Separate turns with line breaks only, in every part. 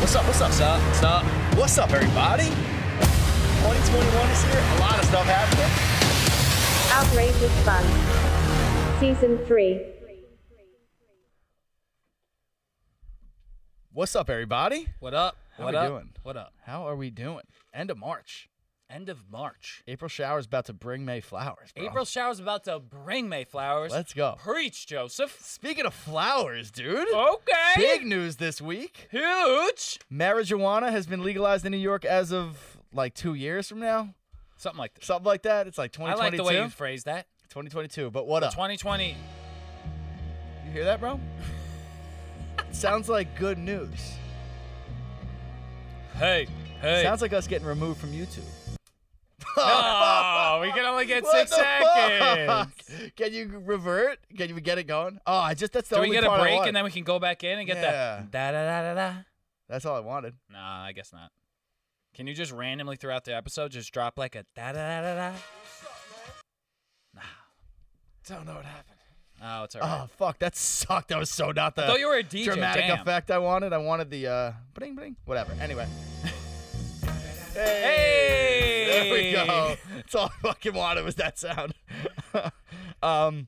What's up? What's up? What's up? What's up? What's up, everybody? 2021 is here. A lot of stuff happening.
Outrageous Fun. Season 3.
What's up, everybody?
What up?
How
what
we
up?
doing?
What up?
How are we doing? End of March.
End of March.
April showers about to bring May flowers. Bro.
April showers about to bring May flowers.
Let's go.
Preach, Joseph.
Speaking of flowers, dude.
Okay.
Big news this week.
Huge.
Marijuana has been legalized in New York as of like two years from now,
Something like this.
something like that. It's like
I
2022.
like the way you phrased that.
2022. But what up?
2020.
You hear that, bro? Sounds like good news.
Hey, hey.
Sounds like us getting removed from YouTube.
oh, we can only get
What
six
the
seconds.
fuck? Can you revert? Can you get it going? Oh, I just that's the
Do we
only
get a
part I
break
wanted.
and then we can go back in and get
Yeah.
that da da da da da?
that's all I wanted.
Nah, I guess not. Can you just randomly throughout the episode just drop like a da da da da da?
Don't know what happened.
Oh, it's alright.
Oh fuck, that sucked. That was so not the
thought you were a DJ,
dramatic
damn.
effect I wanted. I wanted the uh bling bling. Whatever. Anyway.
Hey!
There we go. That's all I fucking wanted was that sound. um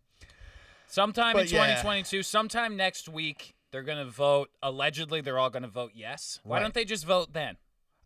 Sometime in
But yeah.
2022, sometime next week, they're going to vote. Allegedly, they're all going to vote yes. Why
Right.
don't they just vote then?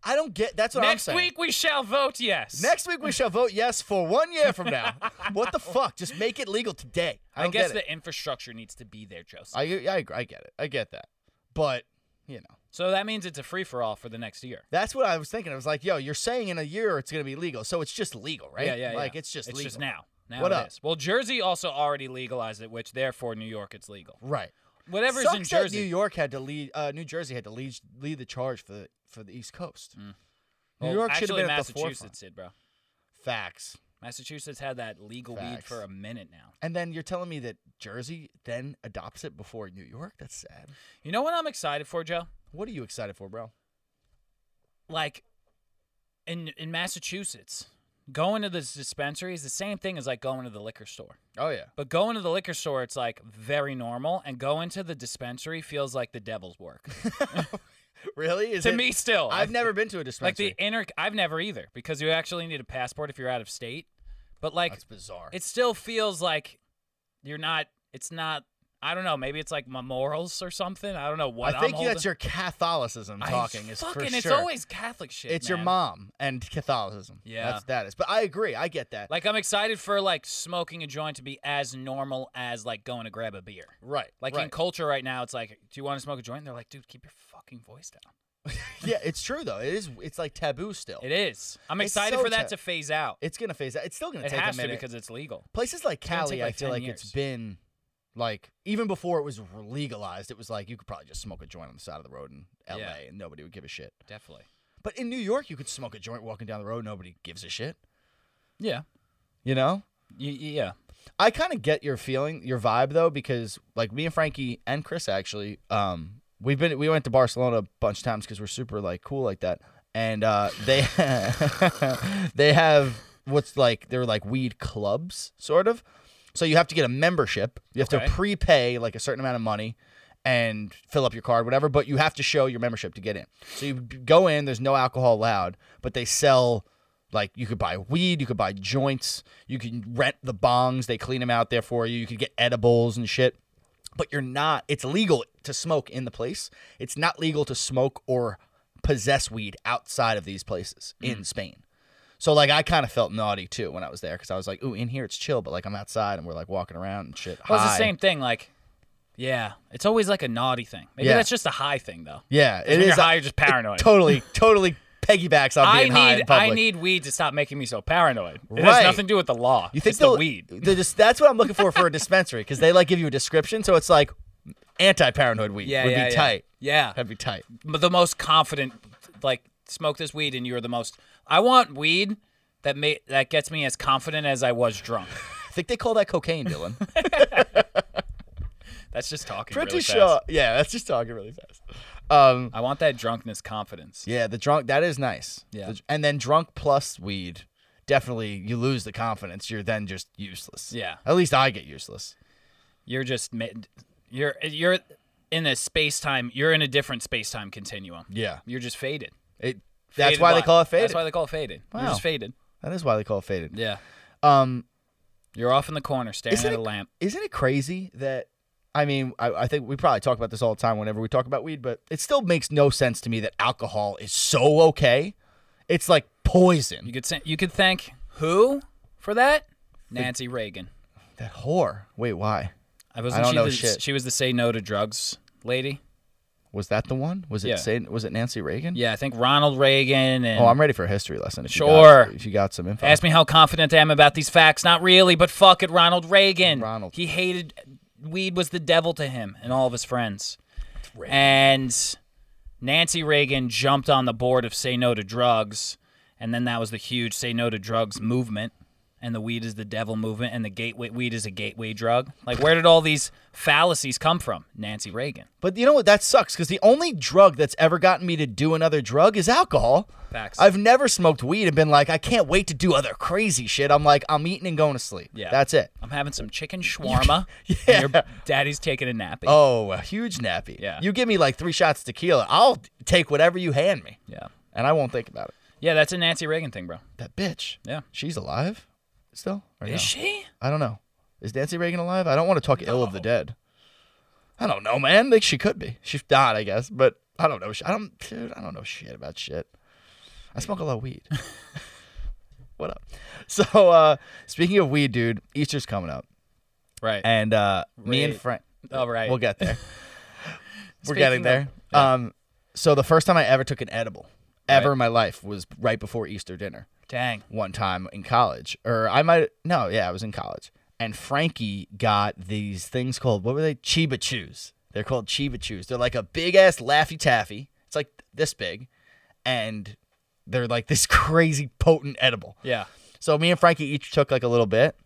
I don't get that's what I'm
next
saying.
week, we shall vote yes.
Next week we shall vote yes for one year from now. what the fuck? Just make it legal today. I,
I,
don't
guess
get it.
the infrastructure needs to be there, Joseph.
I, I agree. I get it. I get that. But you know,
so that means it's a free for all for the next year.
that's what I was thinking. I was like, yo, you're saying in a year it's gonna be legal, so it's just legal, right?
Yeah, yeah, yeah.
Like it's just legal
just now. Now
What
it
up?
is. Well, Jersey also already legalized it, which therefore New York it's legal.
Right.
Whatever's
Sucks
in
that
Jersey.
New York had to lead. Uh, New Jersey had to lead lead the charge for the for the East Coast. New
Mm. Well,
York should have
actually,
been at the forefront.
Massachusetts did, bro.
Facts.
Massachusetts had that legal weed
Facts.
for a minute now.
And then you're telling me that Jersey then adopts it before New York? That's sad.
You know what I'm excited for, Joe?
What are you excited for, bro?
like in in Massachusetts, going to the dispensary is the same thing as like going to the liquor store.
Oh yeah.
But going to the liquor store, it's like very normal, and going to the dispensary feels like the devil's work
Really? Is
to
it-
me. Still,
I've never been to a
like
dispensary.
the inner. I've never either because you actually need a passport if you're out of state. But like,
That's bizarre.
it still feels like you're not. It's not. I don't know. Maybe it's like my morals or something. I don't know what.
I think
I'm
that's
holding-
your Catholicism
I
talking. is
fucking.
for
it's
sure.
always Catholic shit.
it's your
man.
mom and Catholicism.
Yeah.
that's, that is. But I agree. I get that.
Like I'm excited for like smoking a joint to be as normal as like going to grab a beer.
right.
Like in
right.
culture right now, it's like, do you want to smoke a joint? And they're like, dude, keep your fucking voice down.
yeah, it's true though. It is. It's like taboo still.
It is. I'm
Oh. It's
excited
so
for that
te-
to phase out.
It's gonna phase out. It's still gonna
It
take
has
a
to
minute.
because it's legal.
places like
gonna
Cali,
take,
I
like,
feel
10
like it's
years.
been like even before it was legalized, it was like you could probably just smoke a joint on the side of the road in L.A.
Yeah.
and nobody would give a shit.
Definitely.
But in New York, you could smoke a joint walking down the road, nobody gives a shit.
Yeah.
You know.
Y- y- yeah.
I kind of get your feeling, your vibe though, because like me and Frankie and Chris actually, um, we've been we went to Barcelona a bunch of times because we're super like cool like that, and uh, they they have what's like they're like weed clubs sort of, so you have to get a membership, you have
Okay.
to prepay like a certain amount of money. And fill up your card, whatever, but you have to show your membership to get in. So you go in, there's no alcohol allowed, but they sell like you could buy weed, you could buy joints, you can rent the bongs, they clean them out there for you. You could get edibles and shit. But you're not it's legal to smoke in the place. It's not legal to smoke or possess weed outside of these places
Hmm.
in Spain. So like I kind of felt naughty too when I was there cuz I was like, "Ooh, in here it's chill, but like I'm outside and we're like walking around and shit."
Well, it's
Hi.
the same thing. Like, yeah, it's always like a naughty thing. Maybe
Yeah.
that's just a high thing though.
Yeah, it
when
is
you're high, you're just paranoid.
Totally totally piggybacks on
I
being high
need
in
I
public.
need weed to stop making me so paranoid. It
Right.
has nothing to do with the law.
You think
it's the
they'll-
weed.
they're just- that's what I'm looking for for a dispensary because they like give you a description, so it's like anti-paranoid weed
Yeah,
would
yeah,
be
yeah.
tight.
Yeah.
That'd be tight.
m- the most confident like smoke this weed and you're the most I want weed that ma- that gets me as confident as I was drunk.
I think they call that cocaine, Dylan.
That's just talking
Pretty
really fast.
sure. Yeah, that's just talking really fast. Um,
I want that drunkenness confidence.
yeah, the drunk that is nice.
Yeah.
The- and then drunk plus weed, definitely you lose the confidence. You're then just useless.
Yeah.
At least I get useless.
You're just ma- you're you're in a space time, you're in a different space time continuum.
Yeah.
You're just faded.
It, that's
Faded
why they
light.
call it faded.
That's why they call it faded.
Wow.
You're just faded.
that is why they call it faded.
Yeah.
Um,
You're off in the corner staring
Isn't
at a
it-
lamp.
isn't it crazy that I mean, I, I think we probably talk about this all the time whenever we talk about weed, but it still makes no sense to me that alcohol is so okay. It's like
You
poison.
could say, you could thank who for that? Nancy Reagan.
That whore. Wait, why?
I wasn't
don't
she
know
the,
shit.
she was the say no to drugs lady.
Was that the one? Was it
Yeah.
Sa- was it Nancy Reagan?
Yeah, I think Ronald Reagan and
Oh, I'm ready for a history lesson. If You
Sure.
got, if you got some info.
Ask me how confident I am about these facts. Not really, but fuck it, Ronald Reagan.
Ronald.
He hated weed was the devil to him and all of his friends. And Nancy Reagan jumped on the board of say no to drugs, and then that was the huge say no to drugs movement. And the weed is the devil movement, and the gateway weed is a gateway drug. Like, where did all these fallacies come from? Nancy Reagan.
But you know what? That sucks because the only drug that's ever gotten me to do another drug is alcohol.
Facts.
I've never smoked weed and been like, I can't wait to do other crazy shit. I'm like, I'm eating and going to sleep.
Yeah.
That's it.
I'm having some chicken shawarma.
Yeah.
And your daddy's taking a nappy.
Oh, a huge nappy.
Yeah.
You give me like three shots of tequila, I'll take whatever you hand me,
Yeah.
and I won't think about it.
Yeah, that's a Nancy Reagan thing, bro.
That bitch.
Yeah.
She's alive, still. Or no?
Is she?
I don't know. Is Nancy Reagan alive? I don't want to talk ill of the dead. I don't know, man. Like she could be. She's died, I guess, but I don't know. I don't, dude. I don't know shit about shit. I smoke a lot of weed. what up? So, uh speaking of weed, dude, Easter's coming up,
Right.
and uh me and
Wait.
Frank.
All right.
We'll get there. We're
Speaking
getting
of-
there. Um, so the first time I ever took an edible, ever in my life, was right before Easter dinner.
Dang.
One time in college, or I might no, yeah, I was in college, and Frankie got these things called what were they? Chiba Chews. They're called Chiba Chews. They're like a big ass laffy taffy. It's like this big, and they're like this crazy potent edible.
Yeah.
So me and Frankie each took like a little bit,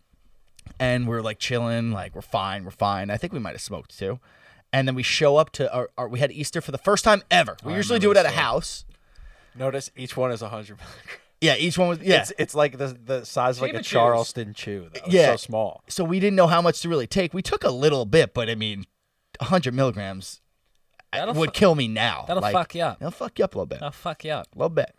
and we're like chilling, like we're fine, we're fine. I think we might have smoked too, and then we show up to our, our we had Easter for the first time ever. We usually do it at a house.
Notice each one is a hundred.
Yeah, each one was yeah.
It's it's like the the size of like
Chiba
a
Chews.
Charleston chew. Though. It's
Yeah.
so small.
so we didn't know how much to really take. We took a little bit, but I mean, 100 milligrams
That'll
would
fu-
kill me now.
that'll fuck you up.
That'll fuck you up a little bit.
I'll fuck you up.
little bit.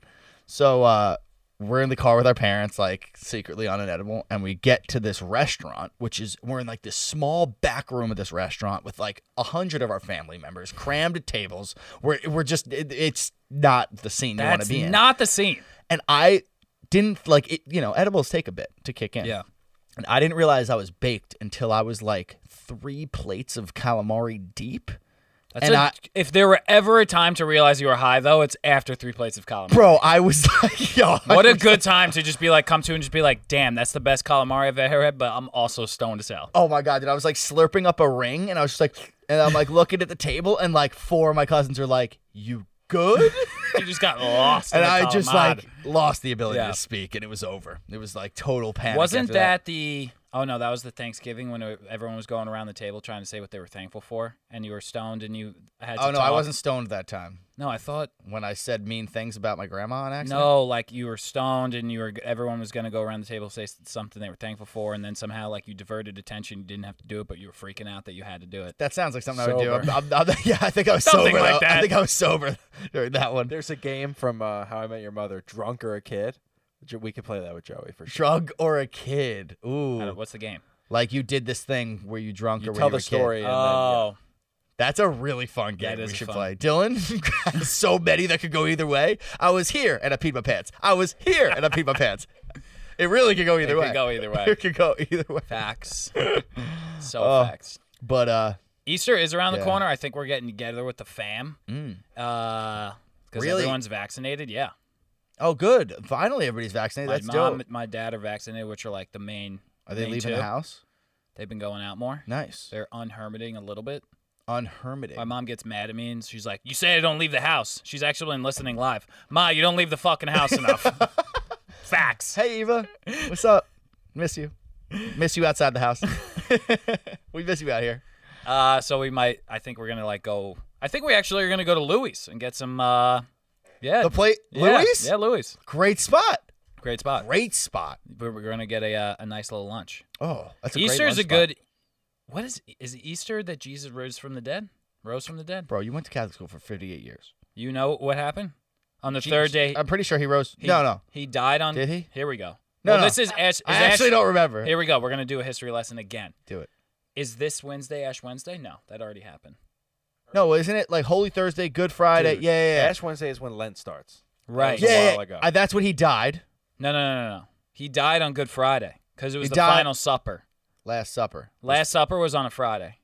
So uh, we're in the car with our parents, like secretly on an edible, and we get to this restaurant, which is we're in like this small back room of this restaurant with like a hundred of our family members crammed at tables. We're we're just it, it's not the scene you want to
That's
be in.
not the scene.
and I didn't like it. You know, edibles take a bit to kick in.
Yeah.
And I didn't realize I was baked until I was like three plates of calamari deep.
That's
And
a-
I-
if there were ever a time to realize you were high, though, it's after three plates of calamari.
Bro, I was like, yo,
What a good time to just be like, come to and just be like, damn, that's the best calamari I've ever had, but I'm also stoned as hell.
oh my god, dude, I was like slurping up a ring, and I was just like, and I'm like looking at the table, and like four of my cousins are like, "You good?"
You just got lost. in
and
the
I just
calamari.
like lost the ability
oh, Yeah.
to speak, and it was over. It was like total panic.
Wasn't
after
that, the? Oh no, that was the Thanksgiving when everyone was going around the table trying to say what they were thankful for, and you were stoned and you had. To
Oh no, I
talk.
wasn't stoned that time
No, I thought
when I said mean things about my grandma on accident.
No, like you were stoned and you were everyone was gonna go around the table say s- something they were thankful for, and then somehow like you diverted attention. You didn't have to do it, but you were freaking out that you had to do it.
That sounds like something I would do.
Sober.
I'm, I'm, I'm, yeah, I think I was
Something
sober.
like
though. I
that.
think I was sober during that one.
There's a game from uh, How I Met Your Mother, Drunk or a Kid. Jo- We could play that with Joey for sure.
drug or a kid.
I don't-
Ooh,
Uh, What's the game?
like you did this thing where you drunk or were
Tell
you
the
a kid.
story. and then,
Oh,
That's a really fun game.
is
we should
fun.
play. Dylan, so many that could go either way. I was here and I peed my pants. I was here and I peed my pants. It really could go either
could
way.
go either way.
it could go either way.
facts. so facts.
But uh,
Easter is around
Oh. yeah. Mm.
the corner. I think we're getting together with the fam. Uh, because
Really?
everyone's vaccinated. Yeah,
oh, good. Finally, everybody's vaccinated.
my
That's
mom,
dope.
and my dad are vaccinated, which are like the main.
Are they
main
leaving
two.
the house?
They've been going out more.
Nice.
They're unhermiting a little bit.
Unhermited.
My mom gets mad at me and she's like, You say I don't leave the house. She's actually been listening live. Ma, you don't leave the fucking house enough. Facts.
Hey Eva, what's up? Miss you. Miss you outside the house. we miss you out here.
Uh, so we might, I think we're going to like go, I think we actually are going to go to Louis and get some, uh, yeah.
The plate,
yeah,
Louis.
Yeah, Louis.
Great spot.
Great spot.
Great spot.
We're, we're going to get a, uh, a nice little lunch.
Oh, that's a great
Easter's
lunch
a
spot.
good, what is, is it Easter that Jesus rose from the dead? Rose from the dead.
Bro, you went to Catholic school for 58 years.
You know what happened? On the third day,
I'm pretty sure he rose.
he,
uh, no, no.
he died on.
Did he?
Here we go.
No,
well,
no.
this is Ash. Is
I
Ash-
actually don't remember.
Here we go. We're gonna do a history lesson again.
Do it.
Is this Wednesday Ash Wednesday? No, that already happened.
No, isn't it like Holy Thursday, Good Friday?
Dude,
yeah, yeah, yeah.
Ash Wednesday is when Lent starts.
Right.
was a
yeah, yeah,
while
yeah.
ago.
I- that's when he died.
No, no, no, no, no. He died on Good Friday because it was
He
the
died-
final supper.
Last Supper.
Last supper was on a Friday.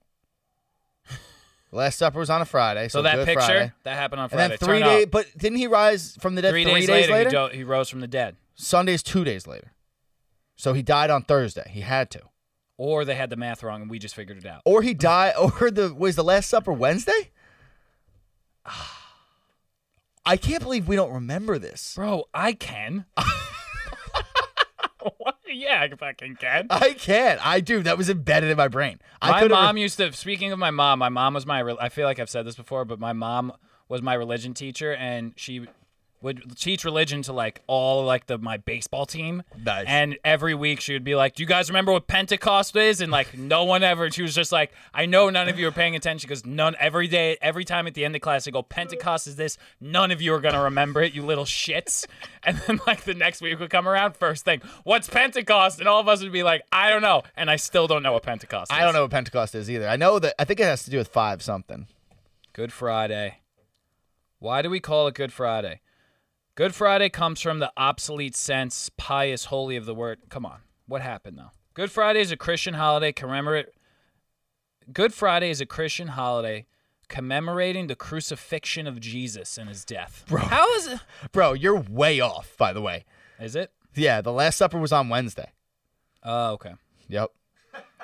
Last Supper was on a Friday. So,
So, that
Good
picture
Friday.
that happened on
And
Friday.
then three
Turn
days,
up.
but didn't he rise from the dead
Three, days, later, He, do- he rose from the dead.
Sunday's two days later. So he died on Thursday. He had to.
Or they had the math wrong and we just figured it out.
Or he died, or the was the Last Supper Wednesday? I can't believe we don't remember this.
Bro, I can. What? Yeah, I fucking can.
I can't. I do. That was embedded in my brain. I
my
couldn't
mom used to. Speaking of my mom, my mom was my. re- I feel like I've said this before, but my mom was my religion teacher, and she would teach religion to like all like the my baseball team.
Nice.
And every week she would be like, "Do you guys remember what Pentecost is?" And like no one ever. She was just like, "I know none of you are paying attention because none every day, every time at the end of class, I go Pentecost is this. None of you are gonna remember it, you little shits." And then like the next week would come around, first thing, "What's Pentecost?" And all of us would be like, "I don't know," and I still don't know what Pentecost. is.
I don't know what Pentecost is either. I know that I think it has to do with five something.
Good Friday. Why do we call it Good Friday? Good Friday comes from the obsolete sense, pious, holy of the word. Come on. What happened though? Good Friday is a Christian holiday commemorate Good Friday is a Christian holiday commemorating the crucifixion of Jesus and his death. How is it?
Bro, you're way off, by the way.
Is it?
Yeah, the Last Supper was on Wednesday.
Oh, okay.
Yep.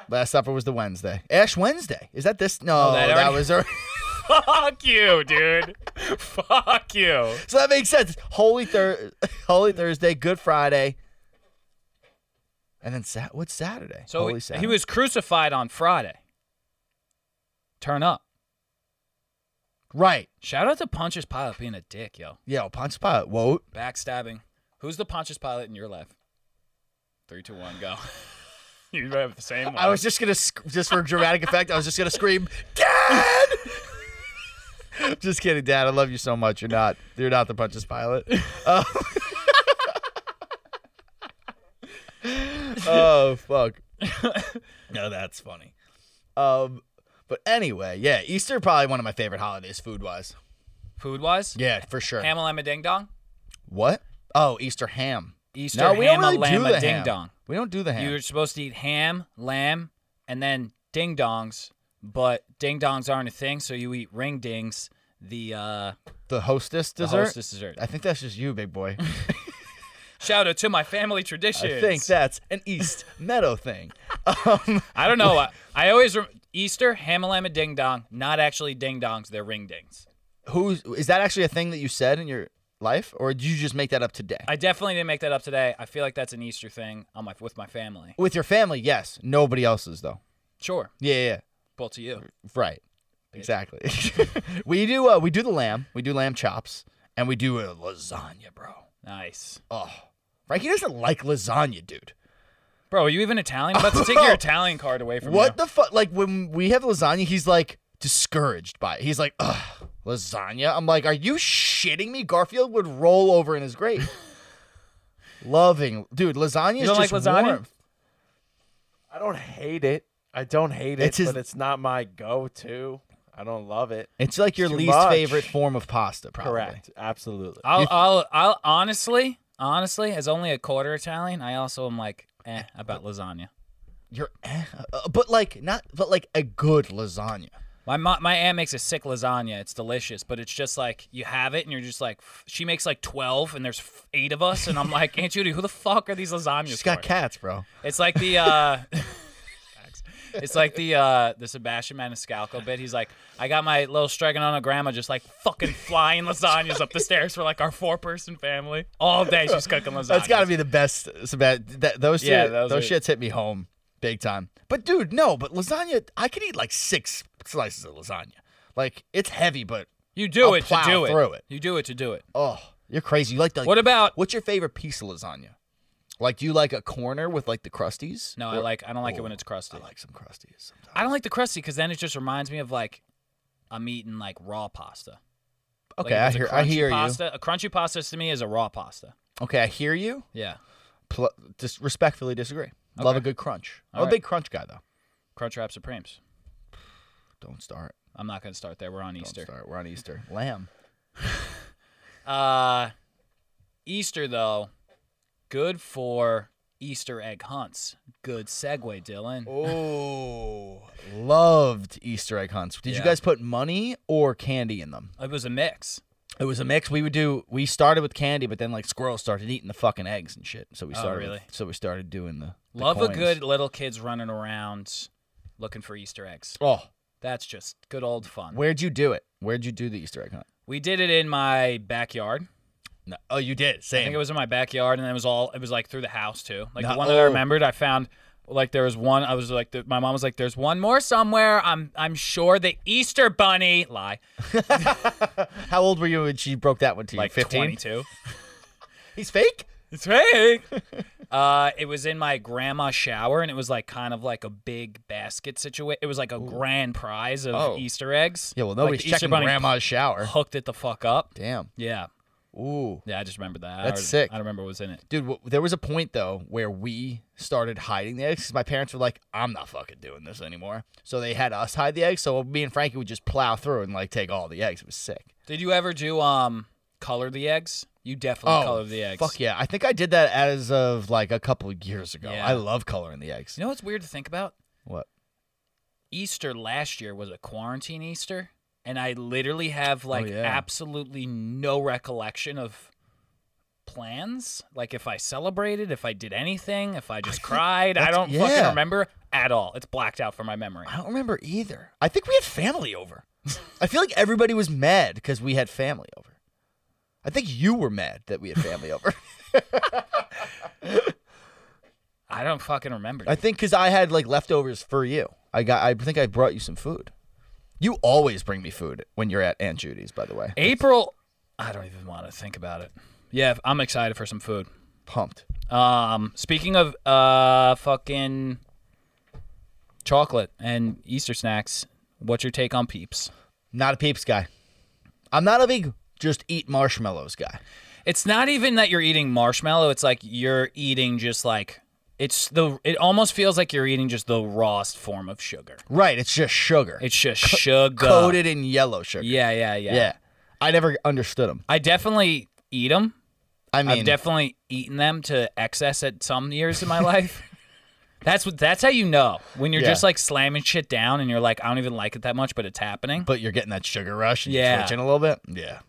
Last Supper was the Wednesday. Ash Wednesday. Is that this? No,
Oh, that
that,
already-
was. already-
Fuck you, dude. Fuck you.
so that makes sense. Holy Thur- Holy Thursday, Good Friday, and then Sat. What's Saturday?
So
Holy
he-
Saturday.
he was crucified on Friday. Turn up.
right.
Shout out to Pontius Pilate being a dick, yo.
Yeah, well, Pontius Pilate. Whoa.
Backstabbing. Who's the Pontius Pilate in your life? Three, two, one, go. you have the same one.
I was just gonna, sc- just for dramatic effect, I was just gonna scream, Dad. just kidding, Dad. I love you so much. You're not, you're not the Pontius Pilate. Um, oh fuck. no, that's funny. Um, but anyway, yeah, Easter probably one of my favorite holidays, food wise.
food wise.
Yeah, for sure.
Ham a lama ding dong.
What? Oh, Easter ham.
Easter
No, we don't
ham a
really do
lama
the
ding
ham.
dong.
We don't do the ham.
You're supposed to eat ham, lamb, and then ding dongs, but ding dongs aren't a thing, so you eat ring dings, the uh
the hostess
the
dessert.
hostess dessert.
I think that's just you, big boy.
Shout out to my family tradition.
I think that's an East Meadow thing. Um,
I don't know. I, I always rem- Easter, ham a lama ding dong, not actually ding dongs, they're ring dings.
who's is that actually a thing that you said in your life, or did you just make that up today?
I definitely didn't make that up today. I feel like that's an Easter thing on my with my family.
With your family, yes. Nobody else's though.
Sure,
Yeah, yeah, yeah.
both of you.
right. Exactly. we do. Uh, we do the lamb. We do lamb chops, and we do a lasagna, bro.
Nice,
Oh, Frankie doesn't like lasagna, dude.
bro. Are you even Italian? I'm about to take your Italian card away from
What
you.
the fuck? Like when we have lasagna, he's like discouraged by it. He's like, ugh, lasagna. I'm like, are you shitting me? Garfield would roll over in his grave. Loving, dude. Lasagna
You
is
don't like
just
lasagna?
warm.
I don't hate it. I don't hate it,
It's his-
but it's not my go-to. I don't love it.
It's like your
Too
least
much.
favorite form of pasta, probably.
Correct. Absolutely.
I'll, I'll, I'll honestly, honestly, as only a quarter Italian, I also am like eh about lasagna.
You're, eh, uh, but like not, but like a good lasagna.
My mo- my aunt makes a sick lasagna. It's delicious, but it's just like you have it and you're just like f- she makes like twelve and there's f- eight of us and I'm like Aunt Judy, who the fuck are these lasagnas?
She's got
for?"
cats, bro.
It's like the uh facts. It's like the uh the Sebastian Maniscalco bit. He's like, I got my little Streganona grandma just like fucking flying lasagnas up the stairs for like our four person family. All day she's cooking lasagnas.
That's got to be the best. Sebat- that, those
Yeah,
shit-
those
those
are-
shits hit me home big time. But dude, no. But lasagna, I could eat like six slices of lasagna. Like it's heavy, but
You do
I'll
it to
plow
do it.
through it.
You do it to do it.
oh, you're crazy. You like the.
What about
what's your favorite piece of lasagna? Like, do you like a corner with like the crusties?
No, I
Or- Oh,
like I don't like it when
Ooh,
it's crusty.
I like some crusties. Sometimes.
I don't like the crusty because then it just reminds me of like I'm eating like raw pasta. Like,
Okay,
if
I
it's a
hear I
crunchy
hear
pasta, A crunchy pasta to me is a raw pasta.
you. Okay, I hear you.
Yeah.
Pl- dis- respectfully disagree. Love
Okay.
a good crunch. I'm
All
a
right.
big crunch guy though.
Crunchwrap Supremes.
Don't start.
I'm not going to start there. We're on
Don't
Easter.
start. We're on Easter. Lamb.
Uh, Easter though, good for Easter egg hunts. Good segue, Dylan.
Oh, loved Easter egg hunts. Did you
Yeah.
guys put money or candy in them?
It was a mix.
It was a mix. We would do. We started with candy, but then like squirrels started eating the fucking eggs and shit. So we
Oh,
started.
really?
so we started doing the, the
Love a
coins.
good little kids running around looking for Easter eggs.
Oh,
That's just good old fun.
where'd you do it? Where'd you do the Easter egg hunt?
We did it in my backyard.
No. Oh, you did. Same.
I think it was in my backyard, and it was all it was like through the house too. Like
No-
the one that I
oh.
remembered, I found like there was one. I was like, the, my mom was like, "There's one more somewhere." I'm I'm sure the Easter bunny lie
How old were you when she broke that one to you?
like 22.
He's fake.
It's fake. uh, it was in my grandma's shower, and it was like kind of like a big basket situation. It was like a grand prize of
Oh.
Easter eggs.
Yeah. Well,
Like,
nobody's
the Easter
checking
bunny
grandma's shower.
hooked it the fuck up.
Damn.
Yeah,
Ooh.
yeah. I just remember that. I
That's
re-
sick.
I remember what was in it.
Dude, w- there was a point though where we started hiding the eggs because my parents were like, "I'm not fucking doing this anymore." So they had us hide the eggs. So me and Frankie would just plow through and like take all the eggs. It was sick.
Did you ever do um color the eggs? You definitely color the eggs.
Oh, Fuck yeah! I think I did that as of like a couple of years ago.
Yeah.
I love coloring the eggs.
You know what's weird to think about?
What?
Easter last year was a quarantine Easter, and I literally have like
Oh, yeah.
absolutely no recollection of plans. Like if I celebrated, if I did anything, if I just cried, I
that's-
don't fucking
yeah.
remember at all. It's blacked out from my memory.
I don't remember either. I think we had family over. I feel like everybody was mad because we had family over. I think you were mad that we had family over.
I don't fucking remember.
I think because I had like leftovers for you. I got. I think I brought you some food. You always bring me food when you're at Aunt Judy's. By the way,
April, I don't even want to think about it. Yeah, I'm excited for some food.
pumped.
Um, speaking of uh, fucking chocolate and Easter snacks, what's your take on Peeps?
Not a peeps guy. I'm not a big just eat marshmallows guy.
It's not even that you're eating marshmallow. It's like you're eating just like it's the. It almost feels like you're eating just the rawest form of sugar.
Right. It's just sugar.
It's just sugar
coated in yellow sugar.
Yeah, yeah, yeah,
Yeah. I never understood them.
I definitely eat them.
I mean,
I've definitely eaten them to excess at some years in my life. That's what. That's how you know when you're
Yeah.
just like slamming shit down and you're like, I don't even like it that much, but it's happening.
but you're getting that sugar rush and
Yeah.
you're twitching a little bit. Yeah.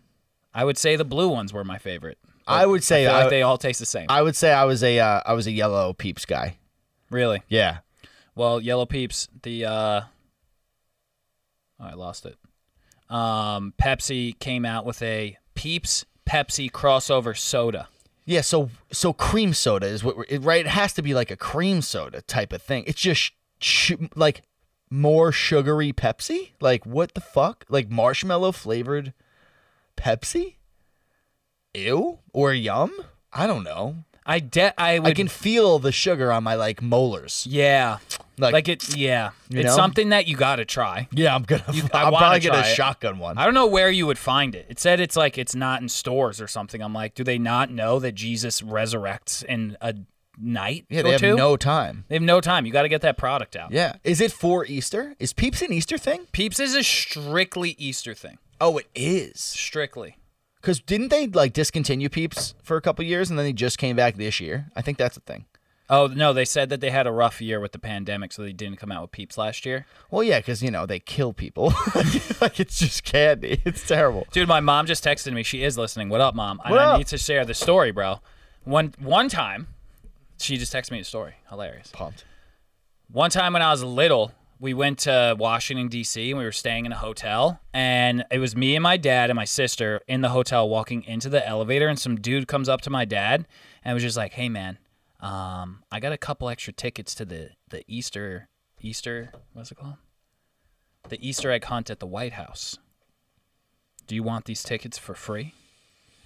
I would say the blue ones were my favorite.
I would say
I feel
I,
like they all taste the same.
I would say I was a uh, I was a yellow peeps guy.
really?
Yeah.
Well, Yellow Peeps, the uh oh, I lost it. Um Pepsi came out with a Peeps Pepsi crossover soda.
Yeah, so so cream soda is what we're, it, right. It has to be like a cream soda type of thing. It's just sh- like more sugary Pepsi. Like what the fuck? Like marshmallow flavored Pepsi? Ew or yum? I don't know.
I de- I would
I can feel the sugar on my like molars.
yeah.
Like,
Like it yeah.
You
it's
know?
something that you got to try.
yeah, I'm gonna.
I
I'm
wanna
probably gonna
try it.
shotgun one.
I don't know where you would find it. It said it's like it's not in stores or something. I'm like, do they not know that Jesus resurrects in a night
yeah,
or
they have
two?
no time.
they have no time. You got to get that product out.
Yeah, is it for Easter? Is Peeps an Easter thing?
Peeps is a strictly Easter thing.
Oh, it is.
Strictly.
Because didn't they like discontinue Peeps for a couple years and then they just came back this year? I think that's a thing.
Oh no, they said that they had a rough year with the pandemic, so they didn't come out with Peeps last year.
Well, yeah, because you know they kill people. like it's just candy. It's terrible.
Dude, my mom just texted me. She is listening. What up, mom? And
What
I
up?
need to share the story, bro. One one time, she just texted me a story. Hilarious.
Pumped.
One time when I was little, we went to Washington D.C. and we were staying in a hotel, and it was me and my dad and my sister in the hotel walking into the elevator, and some dude comes up to my dad and was just like, "Hey, man, um, I got a couple extra tickets to the the Easter Easter what's it called? The Easter egg hunt at the White House. Do you want these tickets for free?"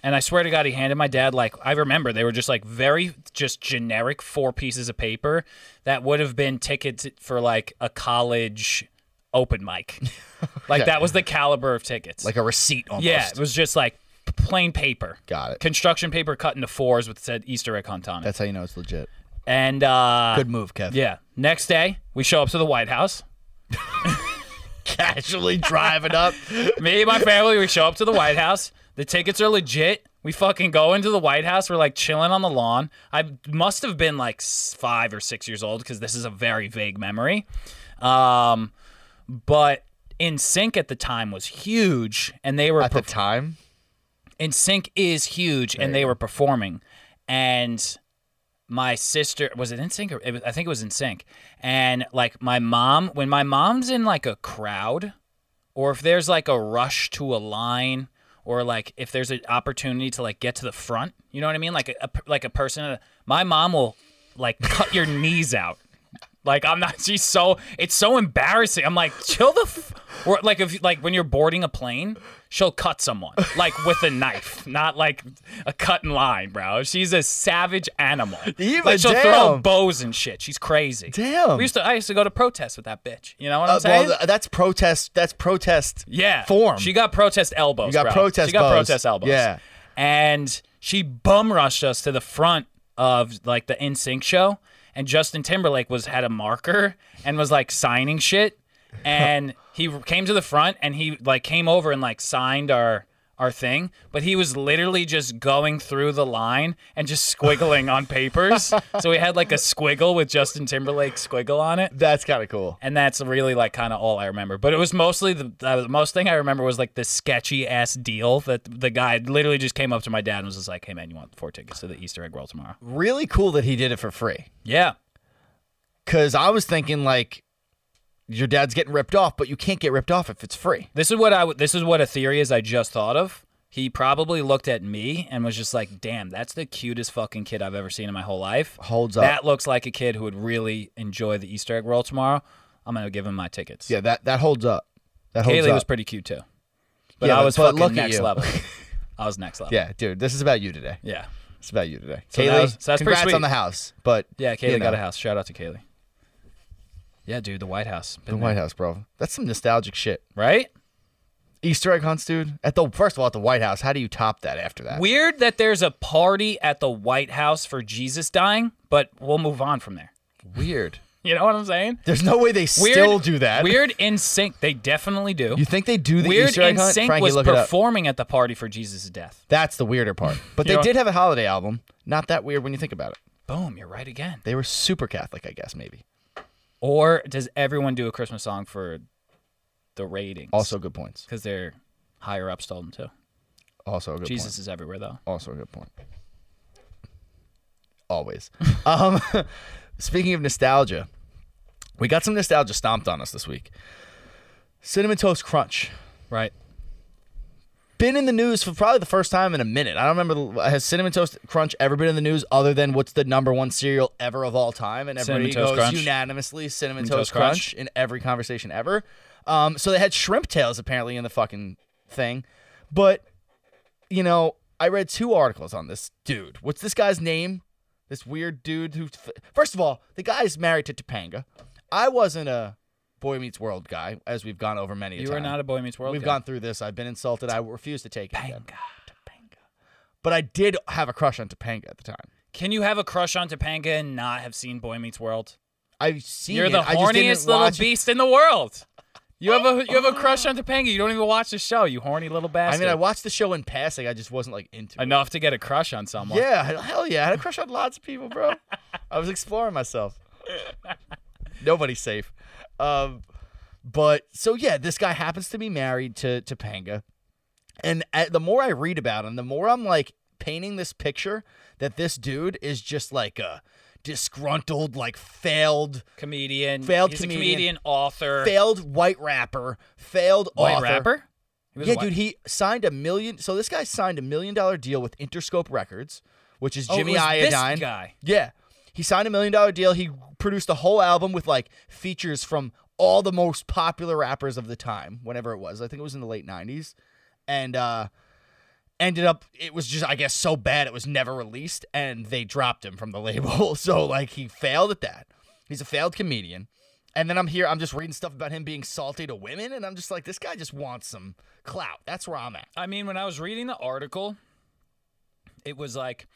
And I swear to God, he handed my dad like I remember they were just like very just generic four pieces of paper that would have been tickets for like a college open mic. Like
Yeah.
that was the caliber of tickets.
like a receipt almost.
yeah, it was just like p- plain paper.
Got it.
Construction paper cut into fours with said Easter egg hunt on it.
That's how you know it's legit.
and uh,
Good move, Kev.
yeah, next day we show up to the White House.
Casually driving up.
Me and my family, we show up to the White House. The tickets are legit. We fucking go into the White House. We're like chilling on the lawn. I must have been like s- five or six years old because this is a very vague memory. Um, but In Sync at the time was huge, and they were
At the
perf-
time,
in sync is huge and they were performing and my sister was it in sync or it was, i think it was in sync and like my mom when my mom's in like a crowd or if there's like a rush to a line or like if there's an opportunity to like get to the front you know what i mean like a, a per- like a person at a- my mom will like cut your knees out like I'm not. She's so. It's so embarrassing. I'm like, chill the. F-. Or like if like when you're boarding a plane, she'll cut someone like with a knife, not like a cut in line, bro. She's a savage animal.
Eva,
like she'll throw
damn.
bows and shit. She's crazy.
Damn.
We used to. I used to go to protests with that bitch. You know what I'm
uh, well,
saying?
th- that's protest. That's protest.
yeah.
form.
She got protest elbows.
You got
bro.
protest
She got
bows.
protest elbows.
Yeah.
And she bum rushed us to the front of like the NSYNC show, and Justin Timberlake was had a marker and was like signing shit, and he came to the front and he like came over and like signed our. Our thing, but he was literally just going through the line and just squiggling on papers. So we had like a squiggle with Justin Timberlake squiggle on it
That's kind of cool.
and that's really like kind of all I remember. But it was mostly the, uh, the most thing I remember was like this sketchy ass deal that the guy literally just came up to my dad and was just like, "Hey man, you want four tickets to the Easter egg roll tomorrow?"
Really cool that he did it for free.
Yeah,
Because I was thinking like, your dad's getting ripped off, but you can't get ripped off if it's free.
this is what I w- this is what a theory is I just thought of. He probably looked at me and was just like, "Damn, that's the cutest fucking kid I've ever seen in my whole life."
Holds up.
That looks like a kid who would really enjoy the Easter egg roll tomorrow. I'm gonna give him my tickets.
Yeah, that that holds up. That holds
Haley
up.
was pretty cute too, but
Yeah,
I was
but
fucking
look at
next
you.
level. I was next level.
yeah, dude, this is about you today.
Yeah.
It's about you today.
So
Haley,
that was- so that's pretty
congrats
sweet.
on the house. But
Yeah, Kaylee
you know,
got a house. Shout out to Kaylee. Yeah, dude, the White House.
The White House, bro. That's some nostalgic shit.
Right?
Easter egg hunts, dude. At the first of all, at the White House, how do you top that after that?
Weird that there's a party at the White House for Jesus dying, but we'll move on from there.
Weird.
You know what I'm saying?
There's no way they
Weird,
still do that.
Weird in sync. They definitely do.
You think they do the
Weird
Easter egg
in
hunt?
sync
Frankie,
was
look it up.
performing at the party for Jesus' death.
That's the weirder part. But
You
they
know-
did have a holiday album. Not that weird when you think about it.
Boom, you're right again.
They were super Catholic, I guess, maybe.
Or does everyone do a Christmas song for the ratings?
Also good points.
because they're higher up still too.
Also a good
Jesus
point.
is everywhere though.
Also a good point. Always. um, speaking of nostalgia, we got some nostalgia stomped on us this week. Cinnamon Toast Crunch.
Right.
been in the news for probably the first time in a minute. I don't remember the- has cinnamon toast crunch ever been in the news other than what's the number one cereal ever of all time, and
Cinnamon
everybody
Toast
goes
Crunch.
unanimously cinnamon
Cinnamon
toast,
Toast
crunch.
Crunch.
in every conversation ever. Um, so they had shrimp tails apparently in the fucking thing, but you know I read two articles on this dude. What's this guy's name? This weird dude who, first of all, the guy is married to Topanga. I wasn't a Boy Meets World guy, as we've gone over many a
You
time.
are not a Boy Meets World.
We've
guy.
gone through this. I've been insulted. I refuse to take it. again. But I did have a crush on Topanga at the time.
Can you have a crush on Topanga and not have seen Boy Meets World?
I've seen
You're
it.
the
I just didn't
horniest little
watch it.
beast in the world. You have a you have a crush on Topanga. You don't even watch the show. You horny little
I
bastard.
mean, I watched the show in passing. I just wasn't like into it.
enough to get a crush on someone.
Yeah, hell- hell yeah. I had a crush on lots of people, bro. I was exploring myself. Nobody's safe. Um, but so yeah, this guy happens to be married to Topanga, and at, the more I read about him, the more I'm like painting this picture that this dude is just like a disgruntled, like failed
Comedian.
Failed
He's a
comedian.
comedian, author,
failed white rapper, failed
white
author.
rapper. He was
Yeah,
white-
dude, he signed a million. So this guy signed a million dollar deal with Interscope Records, which is
Oh, it
Jimmy
was this
Iodine.
guy.
Yeah, he signed a million dollar deal. He produced a whole album with like features from all the most popular rappers of the time, whenever it was. I think it was in the late '90s, and uh, ended up it was just I guess so bad it was never released, and they dropped him from the label. So like he failed at that. He's a failed comedian And then I'm here, I'm just reading stuff about him being salty to women, and I'm just like, this guy just wants some clout. That's where I'm at.
I mean, when I was reading the article, it was like,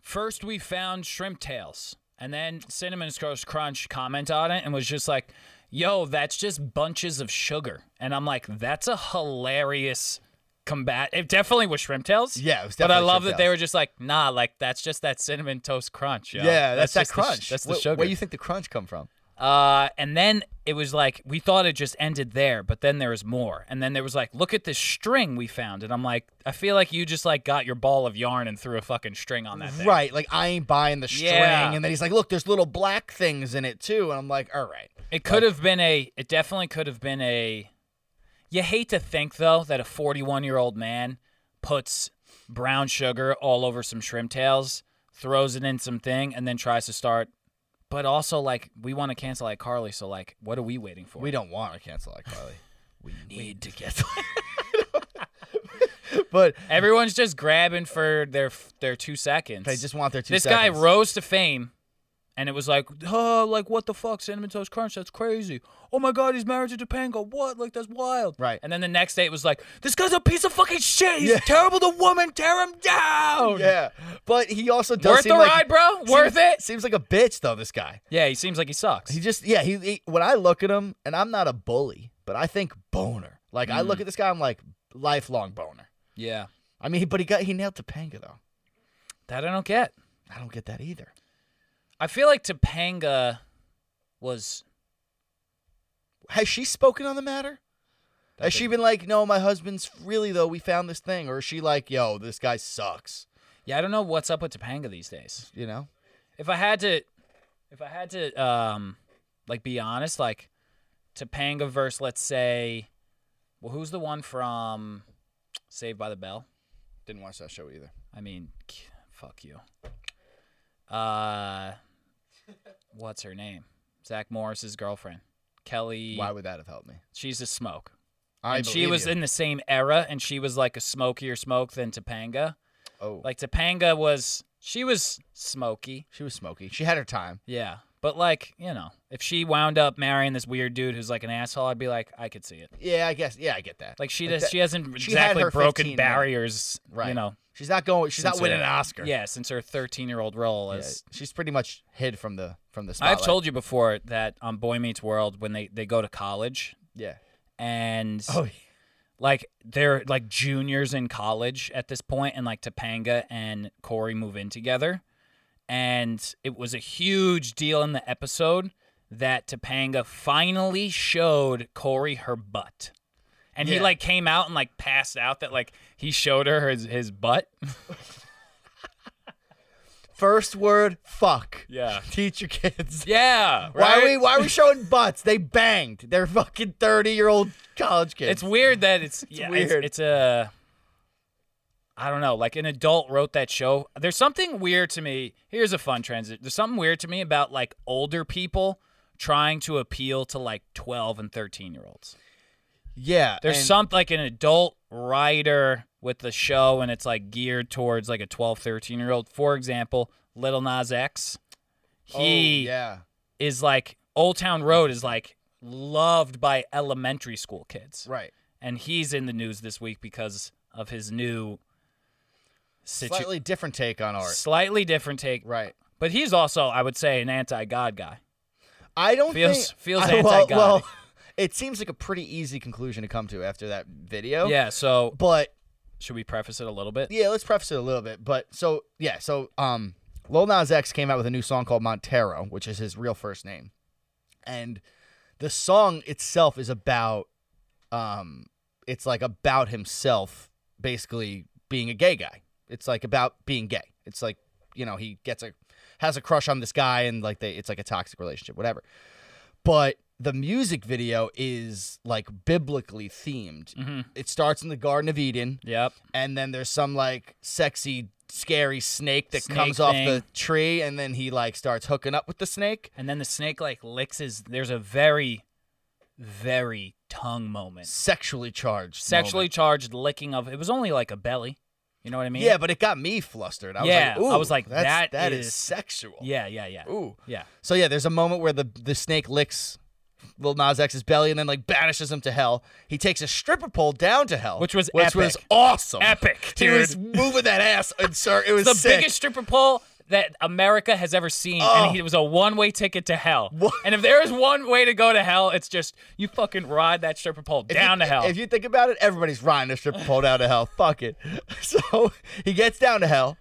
first we found shrimp tails, and then Cinnamon Toast Crunch comment on it and was just like, "Yo, that's just bunches of sugar," and I'm like, "That's a hilarious." Combat. It definitely was shrimp tails.
Yeah, it was
but I
definitely
love
shrimp
that they
tails.
were just like, nah, like that's just that cinnamon toast crunch. yo.
Yeah, that's,
just
that
the sh-
crunch.
that's the
Wh-
sugar.
Where you think the crunch come from?
Uh, and then it was like we thought it just ended there, but then there was more. And then there was like, look at this string we found. And I'm like, I feel like you just like got your ball of yarn and threw a fucking string on that thing.
Right, like I ain't buying the string,
Yeah.
and then he's like, "Look, there's little black things in it too," and I'm like, "All right,
It could have been a. It definitely could have been a. You hate to think though that a 41 year old man puts brown sugar all over some shrimp tails, throws it in some thing, and then tries to start. But also like we want to cancel like Carly, so like what are we waiting for?
we don't want to cancel like Carly, we need
to cancel.
but
Everyone's just grabbing for their their two seconds.
they just want their two.
this
seconds.
guy rose to fame, and it was like, oh, like what the fuck, cinnamon toast crunch? That's crazy. Oh my god, he's married to Topanga. What? Like that's wild.
Right.
And then the next day, it was like, this guy's a piece of fucking shit. He's
Yeah.
terrible to women. Tear him down.
Yeah, but he also does
Worth
seem
the
like-
ride, bro?
seems-
Worth it?
Seems like a bitch though. This guy,
Yeah. He seems like he sucks.
he just yeah. He, he when I look at him, and I'm not a bully, but I think boner. Like I
Mm.
look at this guy, I'm like lifelong boner.
yeah.
I mean, he- but he got he nailed Topanga though.
That I don't get.
I don't get that either.
I feel like Topanga was.
Has she spoken on the matter? Has she been like, no, my husband's really though. We found this thing, or is she like, yo, this guy sucks?
Yeah, I don't know what's up with Topanga these days.
You know?
if I had to, if I had to, um, like be honest, like Topanga verse, let's say, well, who's the one from Saved by the Bell?
Didn't watch that show either.
I mean, k- fuck you. Uh, what's her name? Zach Morris's girlfriend, Kelly.
Why would that have helped me?
She's a smoke.
I
and she
believe
was
you.
in the same era, and she was like a smokier smoke than Topanga.
Oh, like
Like Topanga was, she was smoky.
she was smoky. She had her time.
Yeah. But like, you know, if she wound up marrying this weird dude who's like an asshole, I'd be like, I could see it.
Yeah, I guess. Yeah, I get that.
Like she
Like
does,
that-
she hasn't
she had
exactly
her 15
broken
minutes.
barriers,
right?
You know,
she's not going. She's not
since
winning
her-
an Oscar.
Yeah, since her 13 year old role
Yeah,
as.
she's pretty much hid from the from the spotlight.
I've told you before that on Boy Meets World when they they go to college
Yeah.
and
Oh,
like they're like juniors in college at this point and like topanga and corey move in together and it was a huge deal in the episode that topanga finally showed corey her butt and he
Yeah.
like came out and like passed out that like he showed her his, his butt
first word, fuck.
Yeah.
Teach your kids.
yeah
Why
right?
are we Why are we showing butts? They banged. They're fucking thirty year old college kids.
it's weird that it's, yeah, it's
weird.
it's a I don't know, like an adult wrote that show. There's something weird to me. Here's a fun transit. There's something weird to me about like older people trying to appeal to like 12 and 13 year olds.
yeah.
There's
and-
some like an adult writer with the show and it's like geared towards like a 12, 13 year old. For example, Little Nas X.
Oh,
He
yeah.
is like Old Town Road is like loved by elementary school kids
Right.
and he's in the news this week because of his new situ-
Slightly different take on art.
slightly different take.
Right.
But he's also, I would say, an anti-God guy.
I don't
Feels-
think
feels
I, well,
anti-God.
well, it seems like a pretty easy conclusion to come to after that video.
Yeah. So
But
should we preface it a little bit?
yeah, let's preface it a little bit. But so yeah, so um, Lil Nas X came out with a new song called Montero, which is his real first name, and the song itself is about um, it's like about himself basically being a gay guy. It's like about being gay. It's like you know he gets a has a crush on this guy and like they it's like a toxic relationship, whatever. But the music video is like biblically themed. It starts in the Garden of Eden
Yep.
and then there's some like sexy scary snake that
Snake
comes
thing.
off the tree and then he like starts hooking up with the snake
And then the snake like licks his. There's a very, very tongue moment.
sexually charged
Sexually
moment.
charged licking of. It was only like a belly. You know what I mean?
yeah but it got me flustered i
Yeah,
was like
I
Ooh,
was like,
that's,
that
that is,
is-
sexual
Yeah. Yeah. Yeah.
Ooh.
Yeah.
so yeah there's a moment where the the snake licks Lil Nas X's belly and then like banishes him to hell. He takes a stripper pole down to hell,
Which was
which
epic.
was awesome,
Epic,
He was
dude.
moving that ass, and sir, it was
the
sick.
biggest stripper pole that America has ever seen,
Oh.
and he- it was a one-way ticket to hell.
What?
And if there is one way to go to hell, it's just you fucking ride that stripper pole
If
down
you-
to hell.
If you think about it, everybody's riding a stripper pole down to hell. Fuck it. So he gets down to hell,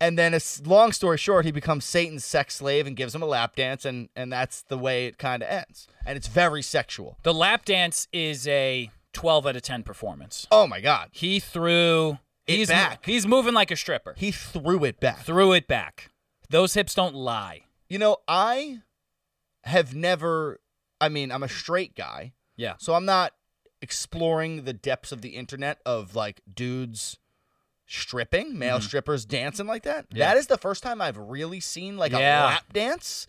and then it's long story short, he becomes Satan's sex slave and gives him a lap dance, and and that's the way it kind of ends. And it's very sexual.
the lap dance is a 12 out of 10 performance.
Oh my god,
He threw.
It
he's
back.
he's moving like a stripper.
he threw it back.
threw it back. Those hips don't lie.
You know, I have never. I mean, I'm a straight guy,
Yeah.
so I'm not exploring the depths of the internet of like dudes stripping, male strippers dancing like that.
Mm. Yeah.
That is the first time I've really seen like
Yeah.
a lap dance,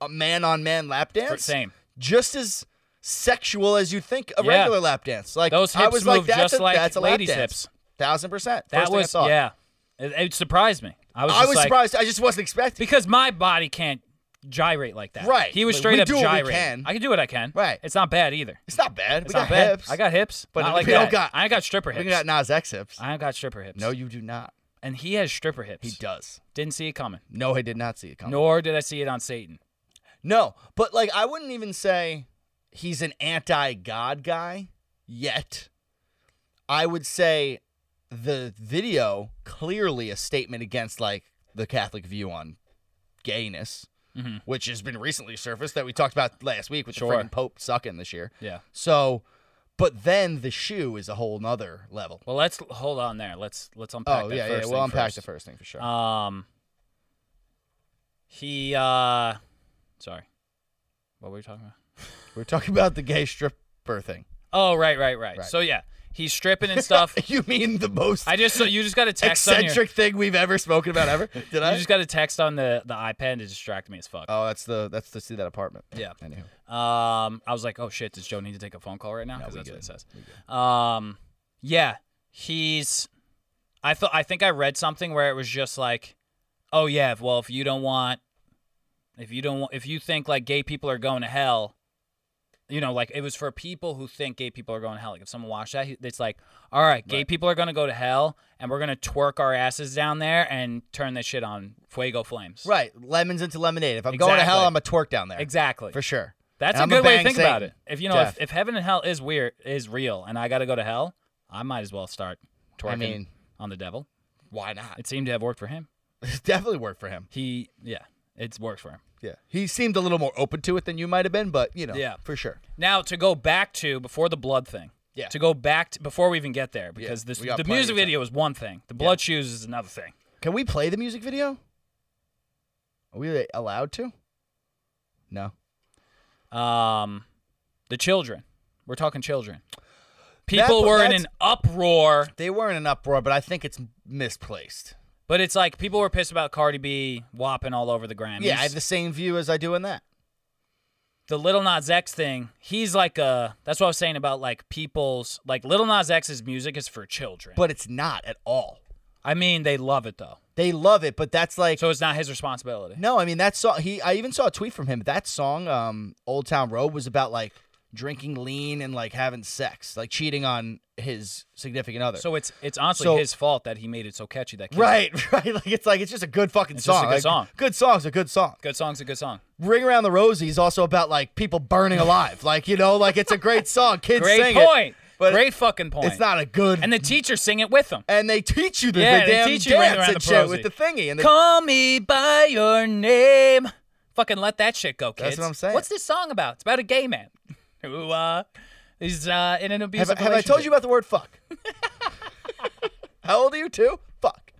a man on man lap dance.
same.
Just as sexual as you think a
Yeah.
regular lap dance. Like
Those
I
hips
was
move
like, that's
just
a,
like
that's a lap
ladies'
dance.
hips.
Thousand percent.
That
First
was
thing I thought.
yeah. It, it surprised me. I was.
I
just
was
like-
surprised. I just wasn't expecting.
because my body can't gyrate like that.
Right.
He was
Like,
straight
we
up
do what we
gyrating.
can.
I can do what I can.
Right.
It's not bad either.
It's not bad.
It's
we
not
got
bad.
hips.
I got hips,
But
but not like
we don't
that.
got-
I ain't got stripper hips.
We got Nas X hips.
I ain't got stripper hips.
No, you do not.
and he has stripper hips.
He does.
Didn't see it coming.
No, I did not see it coming.
Nor did I see it on Satan.
No, but like I wouldn't even say he's an anti-god guy yet. I would say the video clearly a statement against like the Catholic view on gayness,
Mhm.
which has been recently surfaced that we talked about last week with
Sure.
the friggin' Pope sucking this year.
Yeah.
So, but then the shoe is a whole nother level.
Well, let's hold on there. Let's let's unpack
Oh
that
yeah, yeah.
first
We'll
thing
unpack
first.
the first thing for sure.
Um. He uh, sorry. What were we talking about?
We're talking about the gay stripper thing.
Oh right, right, right.
Right.
So yeah, he's stripping and stuff.
You mean the most
I just so you just got a text on your,
eccentric thing we've ever spoken about ever? Did
you
I?
just got a text on the the iPad to distract me as fuck.
oh, that's the that's to see that apartment.
Yeah.
Anywho.
Um, I was like, oh shit, does Joe need to take a phone call right now? 'Cause
we
that's what it
good.
says. Um, yeah, he's. I thought I think I read something where it was just like, oh yeah, if- well if you don't want, if you don't want, if you think like gay people are going to hell, you know, like it was for people who think gay people are going to hell. Like if someone watched that, it's like, all right, gay people are going to go to hell, and we're going to twerk our asses down there and turn this shit on fuego flames.
Right. Lemons into lemonade. If I'm going to hell,
Exactly.
I'm a twerk down there.
Exactly.
For sure.
That's
And
a
I'm
good way to
bang
think about
Satan.
it. If you know, if,
Jeff.
if heaven and hell is weird, is real, and I got to go to hell, I might as well start twerking
I mean,
on the devil.
why not?
It seemed to have worked for him.
It definitely worked for him.
He, yeah, it's worked for him.
Yeah. He seemed a little more open to it than you might have been, but you know,
Yeah.
for sure.
Now to go back to before the blood thing.
Yeah.
To go back to, before we even get there, because this
we got
the
plenty
music
of time.
video is one thing, the blood shoes is another thing.
Can we play the music video? Are we allowed to? No.
Um, the children, we're talking children. People
That-
were in
that's-
an uproar,
They were in an uproar, but I think it's misplaced.
but it's like people were pissed about Cardi B whopping all over the Grammys.
yeah, I have the same view as I do in that.
the Little Nas X thing, he's like a. That's what I was saying about like people's like Little Nas X's music is for children.
But it's not at all.
I mean, they love it though,
They love it, but that's like
so it's not his responsibility.
No, I mean that song. He, I even saw a tweet from him. That song, um, "Old Town Road," was about like drinking lean and like having sex, like cheating on his significant other.
So it's it's honestly
So-
his fault that he made it so catchy. That kid.
right, right. Like it's like it's just a good fucking
It's
song.
just a good
Like,
song.
Good song's a good song.
good song's a good song.
"Ring Around the Rosie" is also about like people burning alive. like you know, like it's a great song. Kids
Great
sing
point.
it, but
Great fucking point.
it's not a good.
And the teachers sing it with him.
and they teach you the,
Yeah,
the
they
damn
teach you Ring
dance
Around
and
the
shit
Rosie.
with the thingy. And the,
Call me by your name. Fucking let that shit go, kids.
That's what I'm saying.
What's this song about? It's about a gay man who uh is uh in an
have,
abusive
I- have I told
relationship.
you about the word "fuck"? How old are you? Two. Fuck.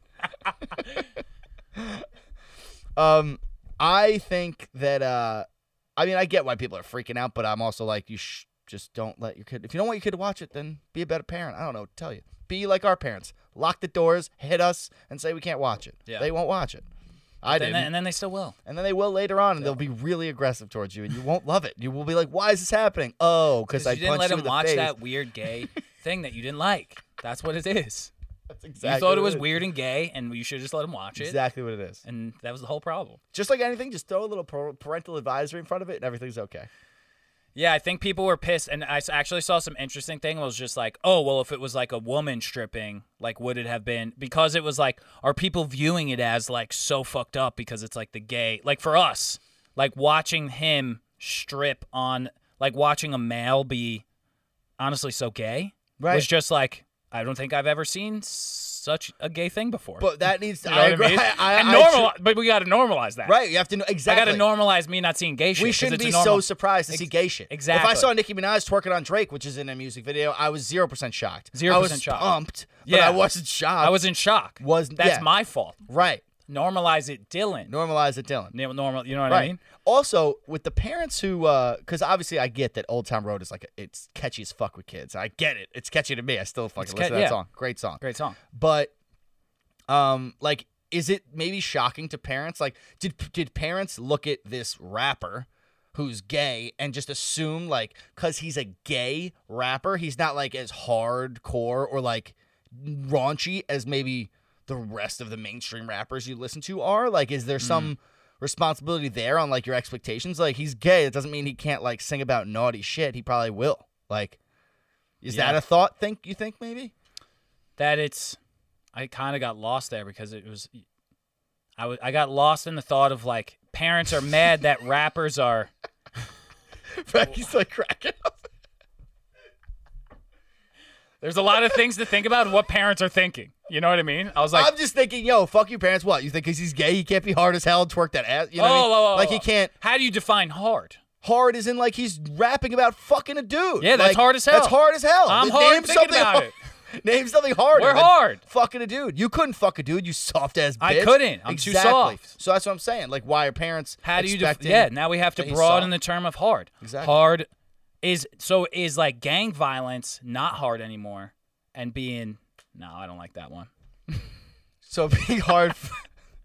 Um, I think that uh, I mean, I get why people are freaking out, but I'm also like, you sh- just don't let your kid. If you don't want your kid to watch it, then be a better parent. I don't know, what to tell you, be like our parents. Lock the doors, hit us, and say we can't watch it.
Yeah.
They won't watch it. I didn't,
And then, and then they still will.
they will later on, and they'll be really aggressive towards you, and you won't love it. You will be like, "Why is this happening?" Oh, because I
Because you didn't
punched
let
you
him
in the
watch
face.
that weird gay thing that you didn't like. That's what it is.
That's
You
exactly
thought it
what
was
is.
weird and gay, and you should just let him watch it.
Exactly what it is.
And that was the whole problem.
Just like anything, just throw a little par- parental advisory in front of it, and everything's okay.
Yeah, I think people were pissed, and I s- actually saw some interesting thing. It was just like, oh, well, if it was like a woman stripping, like, would it have been? Because it was like, are people viewing it as like so fucked up because it's like the gay, like for us, like watching him strip on, like watching a male be, honestly, so gay
Right.
was just like, I don't think I've ever seen such a gay thing before.
But that needs to.
you know
I
what
agree.
I mean?
I- I-
and
I
normal, but we got to normalize that.
right. You have to know exactly.
I got to normalize me not seeing gay shit.
We
'cause
shouldn't
it's
be
a normal-
so surprised to
Ex-
see gay shit. If I
exactly.
saw Nicki Minaj twerking on Drake, which is in a music video, I was zero percent shocked.
0%
I was
shocked.
pumped, but
Yeah.
I wasn't shocked.
I was in shock.
Was-
that's
yeah.
my fault.
right.
Normalize it, Dylan.
Normalize it, Dylan.
N- Normal, you know what I mean?
Also, with the parents who, because obviously I get that Old Town Road is like it's catchy as fuck with kids. I get it. It's catchy to me. I still fucking
It's
listen
ca-
to that
yeah.
song. Great song.
Great song.
But, um, like, is it maybe shocking to parents? Like, did did parents look at this rapper? Who's gay and just assume like because he's a gay rapper, he's not like as hardcore or like raunchy as maybe the rest of the mainstream rappers you listen to are? Like, is there some responsibility there on like your expectations? Like, he's gay. It doesn't mean he can't like sing about naughty shit. He probably will. Like, is
Yeah.
that a thought? Think you think maybe?
That it's, I kind of got lost there because it was, I wa- I got lost in the thought of like parents are mad that rappers are.
Frankie's like cracking up.
There's a lot of things to think about and what parents are thinking. You know what I mean? I was like,
I'm just thinking, yo, fuck your parents. What you think? Cause he's gay, he can't be hard as hell and twerk that ass. You know, what I
oh,
mean?
oh, oh,
like
oh.
he can't.
How do you define hard?
Hard is in like he's rapping about fucking a dude.
Yeah, that's
Like,
hard as hell.
That's hard as hell.
I'm
Name
hard thinking
something
about
hard- Name something harder.
We're
than
hard.
Fucking a dude. You couldn't fuck a dude. You soft ass.
I
bitch.
couldn't. I'm too
exactly.
soft.
So that's what I'm saying. Like, why are parents?
How do you def-
expecting-
Yeah, now we have to
that he's
broaden
soft.
the term of hard.
Exactly.
Hard is so is like gang violence not hard anymore and being no, I don't like that one.
So being hard.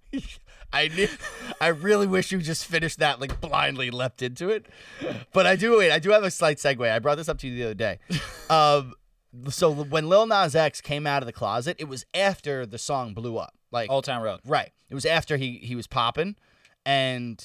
I knew, I really wish you just finished that like blindly leapt into it, but I do wait. I do have a slight segue. I brought this up to you the other day. Um, so when Lil Nas X came out of the closet, it was after the song blew up. Like
Old Town Road.
Right. It was after he he was popping, and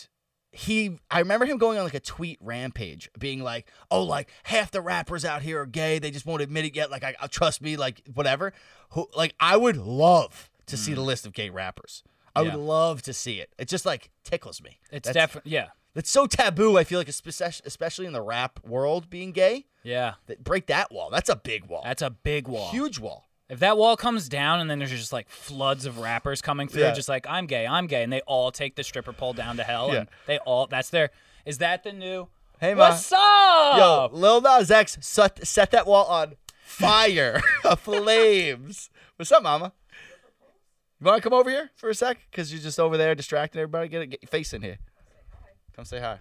he I remember him going on like a tweet rampage, being like, "Oh, like half the rappers out here are gay. They just won't admit it yet. Like, I, I trust me. Like, whatever. Who like I would love to see the list of gay rappers. I
Mm. Yeah.
would love to see it. It just like tickles me.
It's
That's-
definitely yeah.
It's so taboo. I feel like especially especially in the rap world, being gay.
Yeah.
That break that wall. That's a big wall.
That's a big wall.
huge wall.
If that wall comes down and then there's just like floods of rappers coming through
Yeah.
just like I'm gay, I'm gay and they all take the stripper pole down to hell
Yeah.
and they all that's their is that the new
Hey, Ma.
What's up?
Yo, Lil Nas X set, set that wall on fire, flames. What's up, Mama? You want to come over here for a sec? Cause you're just over there distracting everybody. Get, get your face in here. Come say hi.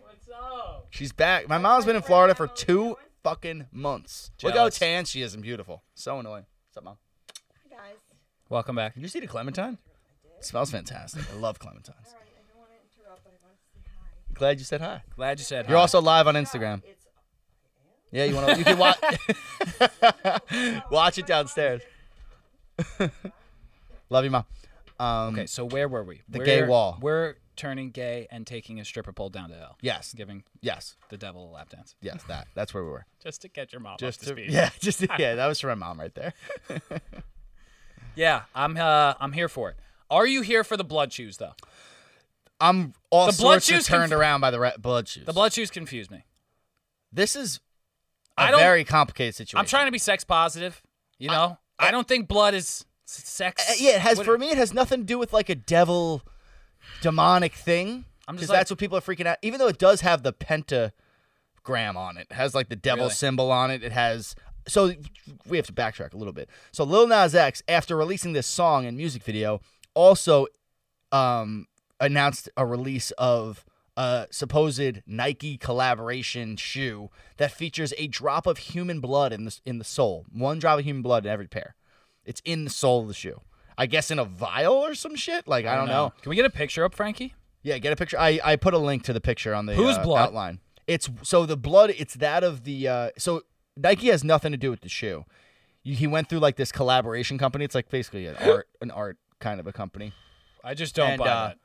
What's up?
She's back. My mom's been in Florida for two fucking months. Look how
Jealous.
tan she is and beautiful. So annoying. What's up, Mom?
guys.
Welcome back.
Did you see the clementine? It smells fantastic. I love clementines.
All right, I don't want to interrupt, but I want to say hi.
Glad you said hi.
Glad you said
You're
hi.
also live on Instagram.
It's
Yeah, you want to? You can watch. watch it downstairs. Love you, mom. Um,
Okay, so where were we?
The gay
We're-
wall.
We're turning gay and taking a stripper pole down to hell.
Yes.
Giving
Yes.
the devil a lap dance.
Yes. That. That's where we were.
Just to get your mom
Just
up
to.
to, speed.
Yeah. Just. Yeah. That was for my mom right there.
Yeah, I'm uh, I'm here for it. Are you here for the blood shoes though?
I'm all
The blood
sorts of
shoes
turned
conf-
around by the re- blood shoes.
The blood shoes confuse me.
This is a
I don't
very complicated situation.
I'm trying to be sex positive, you know? I, don't think blood is s- sex.
Uh, yeah. It has
what-
for me. It has nothing to do with like a devil, demonic thing.
I'm
Because
just like-
that's what people are freaking out. Even though it does have the pentagram on it, it has like the devil
Really?
symbol on it. It has. So we have to backtrack a little bit. So Lil Nas X, after releasing this song and music video, also um, announced a release of a supposed Nike collaboration shoe that features a drop of human blood in the in the sole. One drop of human blood in every pair. It's in the sole of the shoe. I guess in a vial or some shit. Like I don't, know.
Can we get a picture up, Frankie?
Yeah, get a picture. I, I put a link to the picture on the
Whose
uh,
blood?
outline. It's so the blood. It's that of the uh, so Nike has nothing to do with the shoe. You, he went through like this collaboration company. It's like basically an art an art kind of a company.
I just don't
And,
buy
uh,
that.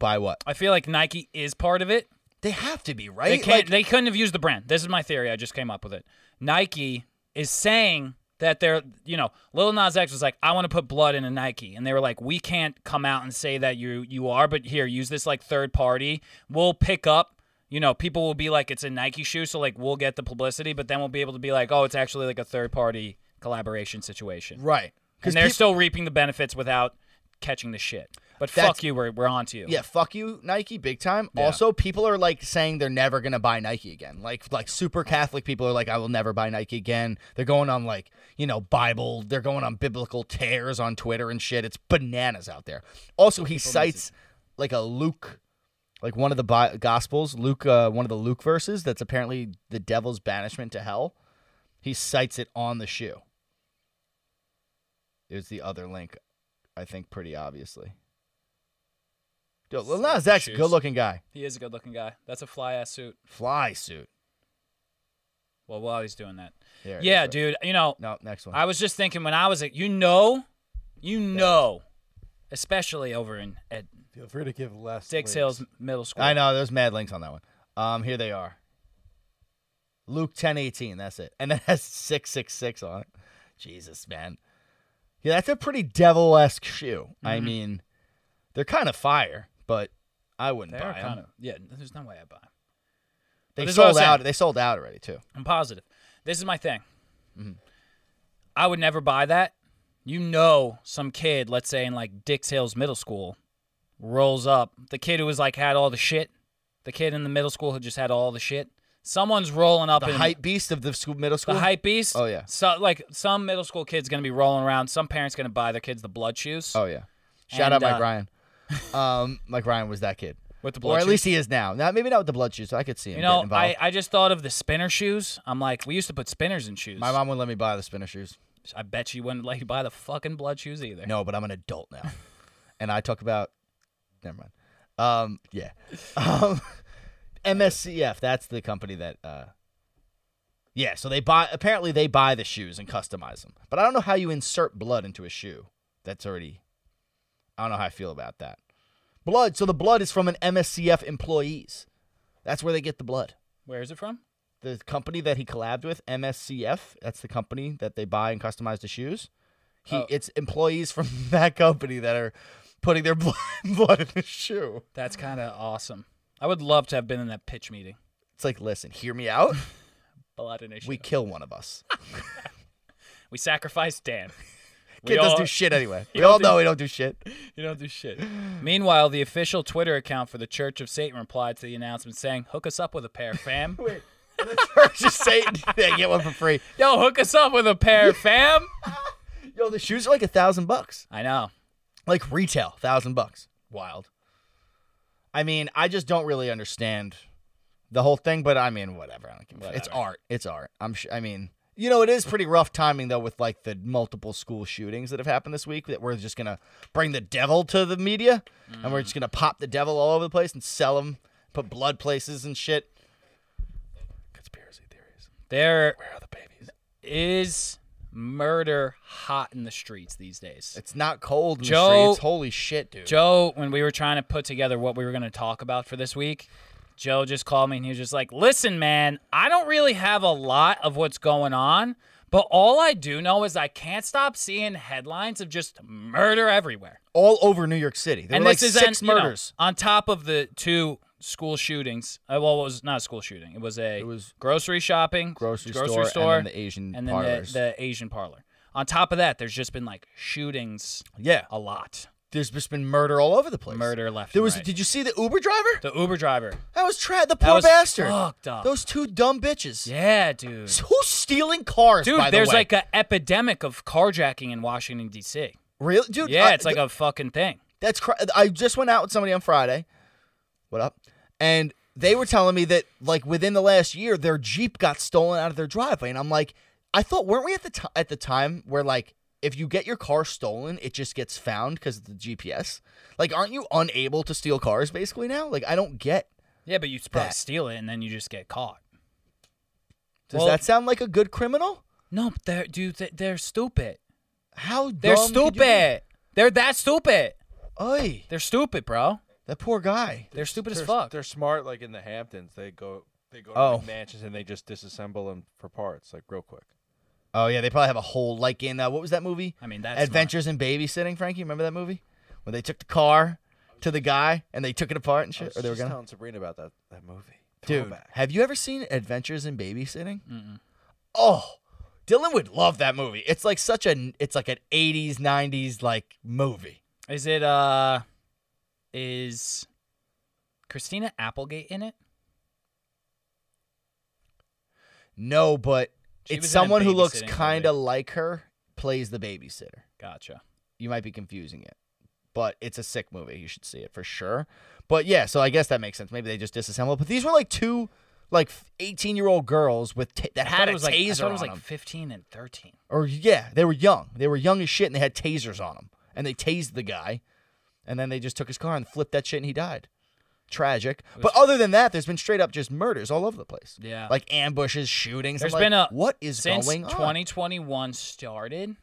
By what?
I feel like Nike is part of it,
They have to be right.
They can't.
Like,
they couldn't have used the brand. This is my theory. I just came up with it. Nike is saying that they're, you know, Lil Nas X was like, I want to put blood in a Nike, and they were like, we can't come out and say that you you are, but here, use this like third party. We'll pick up. You know, people will be like, it's a Nike shoe, so like we'll get the publicity, but then we'll be able to be like, oh, it's actually like a third party collaboration situation.
right.
And they're still reaping the benefits without catching the shit. But
That's-
fuck you, we're, we're on to you.
Yeah, fuck you, Nike, big time. Also, people are like saying they're never gonna buy Nike again. Like, like super Catholic people are like, I will never buy Nike again. They're going on like, you know, Bible. They're going on biblical tears on Twitter and shit. It's bananas out there. Also, he cites like a Luke, like one of the bi- Gospels, Luke, uh, one of the Luke verses that's apparently the devil's banishment to hell. He cites it on the shoe. There's the other link, I think, pretty obviously. Dude, Lil Nas X,
Shoes.
good looking guy.
He is a good looking guy. That's a fly ass suit.
Fly suit.
Well, while he's doing that.
There it
yeah,
is.
dude. You know,
No, next one.
I was just thinking when I was a, you know, you know, especially over in at
Feel free to give less.
Dix Hills Middle School.
I know there's mad links on that one. Um, here they are. Luke ten eighteen. That's it, and it has six six six on it. Jesus, man. Yeah, that's a pretty devil esque shoe.
Mm-hmm.
I mean, they're kind of fire, but I wouldn't
They're
buy them.
kind of yeah. There's no way I buy. 'em.
they
this is what I'm
sold out.
saying.
They sold out already too.
I'm positive. This is my thing.
Mm-hmm.
I would never buy that. You know, some kid, let's say in like Dix Hills Middle School, rolls up. The kid who was like had all the shit. The kid in the middle school who just had all the shit. Someone's rolling up
The
in
hype beast of the school, middle school.
the hype beast.
Oh, yeah.
So like some middle school kid's gonna be rolling around. Some parents gonna buy their kids the blood shoes
Oh yeah. Shout out
And,
Mike
uh,
Ryan. Um, Mike Ryan was that kid,
with the blood
or at
shoes.
least he is now. Now maybe not with the blood shoes. I could see him.
you
getting
know,
involved.
I, I just thought of the spinner shoes. I'm like, we used to put spinners in shoes.
my mom wouldn't let me buy the spinner shoes.
I bet she wouldn't let you buy the fucking blood shoes either.
No, but I'm an adult now, and I talk about. Never mind. Um, yeah, um, MSCF. That's the company that. Uh, yeah, so they buy. Apparently, they buy the shoes and customize them. But I don't know how you insert blood into a shoe. That's already. I don't know how I feel about that. Blood. So the blood is from an MSCF employees. That's where they get the blood.
Where is it from?
The company that he collabed with, MSCF. That's the company that they buy and customize the shoes. He,
Oh.
it's employees from that company that are putting their blood, blood in the shoe.
That's kind of awesome. I would love to have been in that pitch meeting.
It's like, listen, hear me out.
Blood initiative.
We
We,
kill one of us.
we sacrificed Dan. We
Kid doesn't
all-
do shit anyway. We all
do-
know he don't do shit.
You don't do shit. Meanwhile, the official Twitter account for the Church of Satan replied to the announcement saying, "Hook us up with a pair, fam."
Just Satan, they get one for free.
Yo, hook us up with a pair, fam.
Yo, the shoes are like a thousand bucks,
I know.
like retail, thousand bucks. Wild. I mean, I just don't really understand the whole thing, but I mean, whatever. I don't give a fuck. It's
Whatever.
art. It's art. I'm. Sh- I mean, you know, it is pretty rough timing though, with like the multiple school shootings that have happened this week. That we're just gonna bring the devil to the media, and we're just gonna pop the devil all over the place and sell him, put blood places and shit. Conspiracy theories.
There
Where are the babies?
is murder hot in the streets these days.
It's not cold. In
Joe-
the streets. Holy shit, dude.
Joe, when we were trying to put together what we were going to talk about for this week, Joe just called me and he was just like, "Listen, man, I don't really have a lot of what's going on, but all I do know is I can't stop seeing headlines of just murder everywhere."
all over New York City. There
and
were like
this is
six
an- you know,
murders.
on top of the two school shootings. Uh, well, it was not a school shooting. It was a it
was
grocery shopping,
grocery store
grocery
and
store,
then the Asian
and then the-
parlors.
the Asian parlor. On top of that, there's just been like shootings
yeah,
a lot.
there's just been murder all over the place.
Murder left
There
and
was.
right.
Did you see the Uber driver?
The Uber driver.
That was tra- the poor
was
bastard.
fucked up.
Those two dumb bitches.
Yeah, dude.
Who's stealing cars?
Dude,
by the
there's
way?
like an epidemic of carjacking in Washington D.C.
really, dude.
Yeah,
I-
it's like a fucking thing.
that's. Cr- I just went out with somebody on Friday. What up? And they were telling me that like within the last year, their Jeep got stolen out of their driveway, and I'm like, I thought weren't we at the t- at the time where like if you get your car stolen, it just gets found because of the GPS. Like, aren't you unable to steal cars basically now? Like, I don't get.
Yeah, but you probably
That-
steal it and then you just get caught.
Does
Well-
that sound like a good criminal?
No, but they're dude, they- they're stupid.
How
They're
dumb could you be?
stupid. They're that stupid.
Oy.
They're stupid, bro.
That poor guy.
They're stupid as
They're-
fuck.
They're smart, like in the Hamptons. They go, they go to
Oh.
like, mansions and they just disassemble them for parts, like real quick.
Oh yeah, they probably have a whole like in uh, what was that movie?
I mean, that's
Adventures in Babysitting. Frankie, remember that movie when they took the car to the guy and they took it apart
Oh,
and
I
shit?
was
Or they were
just
gonna.
telling Sabrina about that that movie.
Dude,
Throwback.
have you ever seen Adventures in Babysitting? Oh, Dylan would love that movie. It's like such an it's like an '80s '90s like movie.
Is it uh is Christina Applegate in it?
No, but
She
it's
was in a
someone who looks
babysitting
kind of
movie.
like her plays the babysitter.
Gotcha.
you might be confusing it. But it's a sick movie. You should see it for sure. But yeah, so I guess that makes sense. Maybe they just disassembled. But these were like two, like eighteen-year-old girls with ta that
I
had
thought
a
it was like I
taser
thought it was
on
like
them.
15 and 13.
Or yeah, they were young. They were young as shit, and they had tasers on them. And they tased the guy, and then they just took his car and flipped that shit, and he died. Tragic. But other than that, there's been straight up just murders all over the place.
Yeah.
like ambushes, shootings.
There's
There's
been a
what is
since
going on?
2021 started.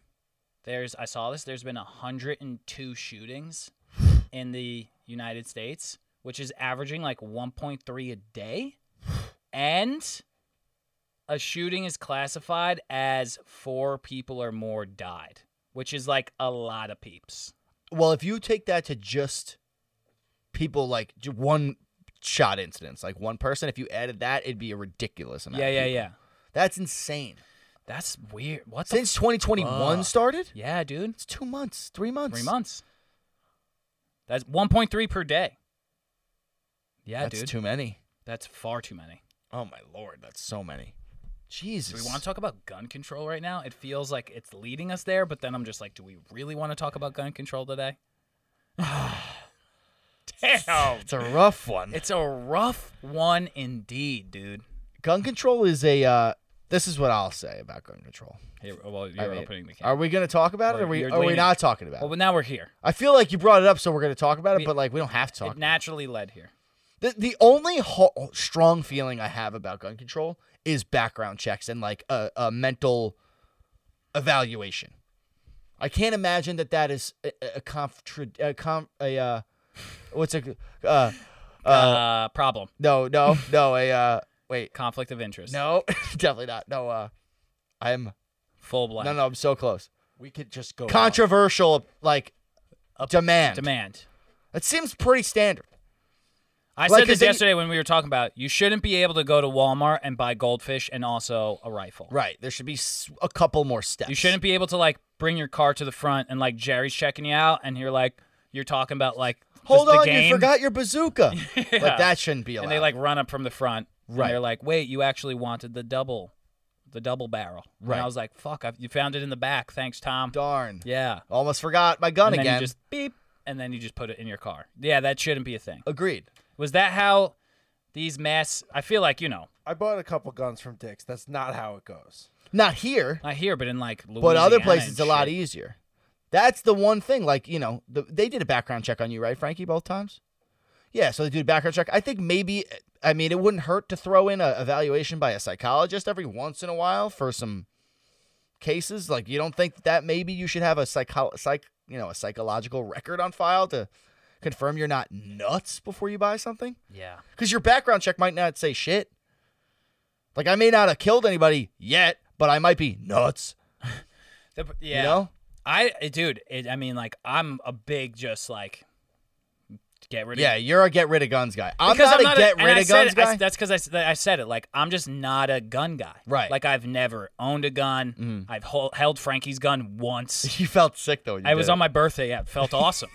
There's I saw this. There's been 102 shootings in the United States, which is averaging like 1.3 a day, and a shooting is classified as four people or more died, which is like a lot of peeps.
Well, if you take that to just people like ju- one shot incidents, like one person, if you added that, it'd be a ridiculous amount.
Yeah,
of
yeah,
people.
yeah.
That's insane.
That's weird. What the?
Since 2021
fuck?
started,
yeah, dude.
it's two months, three months,
Three months. That's 1.3 per day. Yeah,
that's
dude.
too many.
That's far too many.
Oh my lord, that's so many.
Do
Jesus.
we want to talk about gun control right now? It feels like it's leading us there, but then I'm just like, do we really want to talk about gun control today? Damn.
It's a rough one.
It's a rough one indeed, dude.
gun control is a. Uh, this is what I'll say about gun control.
Here, well, you're
I mean,
opening the can.
Are we going to talk about it? Or
Well,
are we?
you're
Are we
leaning-
not talking about
well,
it?
now we're here.
I feel like you brought it up, so we're going to talk about it.
We-
But like, we don't have to talk.
It naturally led here.
The, the only ho- strong feeling I have about gun control is background checks and like a, a mental evaluation. I can't imagine that that is a, a, a contra- a, com- a uh, what's a uh,
Uh, problem.
no no no a uh, wait
Conflict of interest.
no definitely not no uh I'm
Full black.
no no I'm so close
Oh,
we could just go on.
controversial like demand
Demand.
it seems pretty standard
I
Like,
said this
'cause then-
yesterday when we were talking about you shouldn't be able to go to Walmart and buy goldfish and also a rifle.
right there should be s- a couple more steps
You shouldn't be able to like bring your car to the front and like Jerry's checking you out and you're like you're talking about like just
Hold
the
on,
game,
you forgot your bazooka. Like that shouldn't be allowed.
and they like run up from the front.
Right.
And they're like, wait, you actually wanted the double, the double barrel.
Right.
And I was like, fuck, I've, you found it in the back. Thanks, Tom.
darn.
Yeah.
Almost forgot my gun
and then
again.
you just beep, and then you just put it in your car. Yeah, that shouldn't be a thing.
Agreed.
Was that how these mass? I feel like you know,
I bought a couple guns from Dick's. That's not how it goes.
Not here,
not here, but in like Louisiana
but other places
and
a lot e-
shit.
easier. That's the one thing. Like you know, the, they did a background check on you, right, Frankie? Both times. Yeah, so they do a background check. I think maybe. I mean, it wouldn't hurt to throw in a evaluation by a psychologist every once in a while for some cases. Like you don't think that maybe you should have a psycho psych you know a psychological record on file to confirm you're not nuts before you buy something.
Yeah.
Because your background check might not say shit. Like I may not have killed anybody yet, but I might be nuts.
The- yeah.
You know?
I eh, dude, it, I mean, like I'm a big just like get rid of.
Yeah, you're a get rid of guns guy. I'm
because
not,
I'm not
a get
and
rid
I
of
said
guns
it- I s-
guy.
that's because I, s- I said it. Like I'm just not a gun guy.
Right. Mm-hmm.
Like I've never owned a gun. I've hol- held Frankie's gun once.
you felt sick though. when you
I
did
was
it.
on my birthday. Yeah, it felt awesome.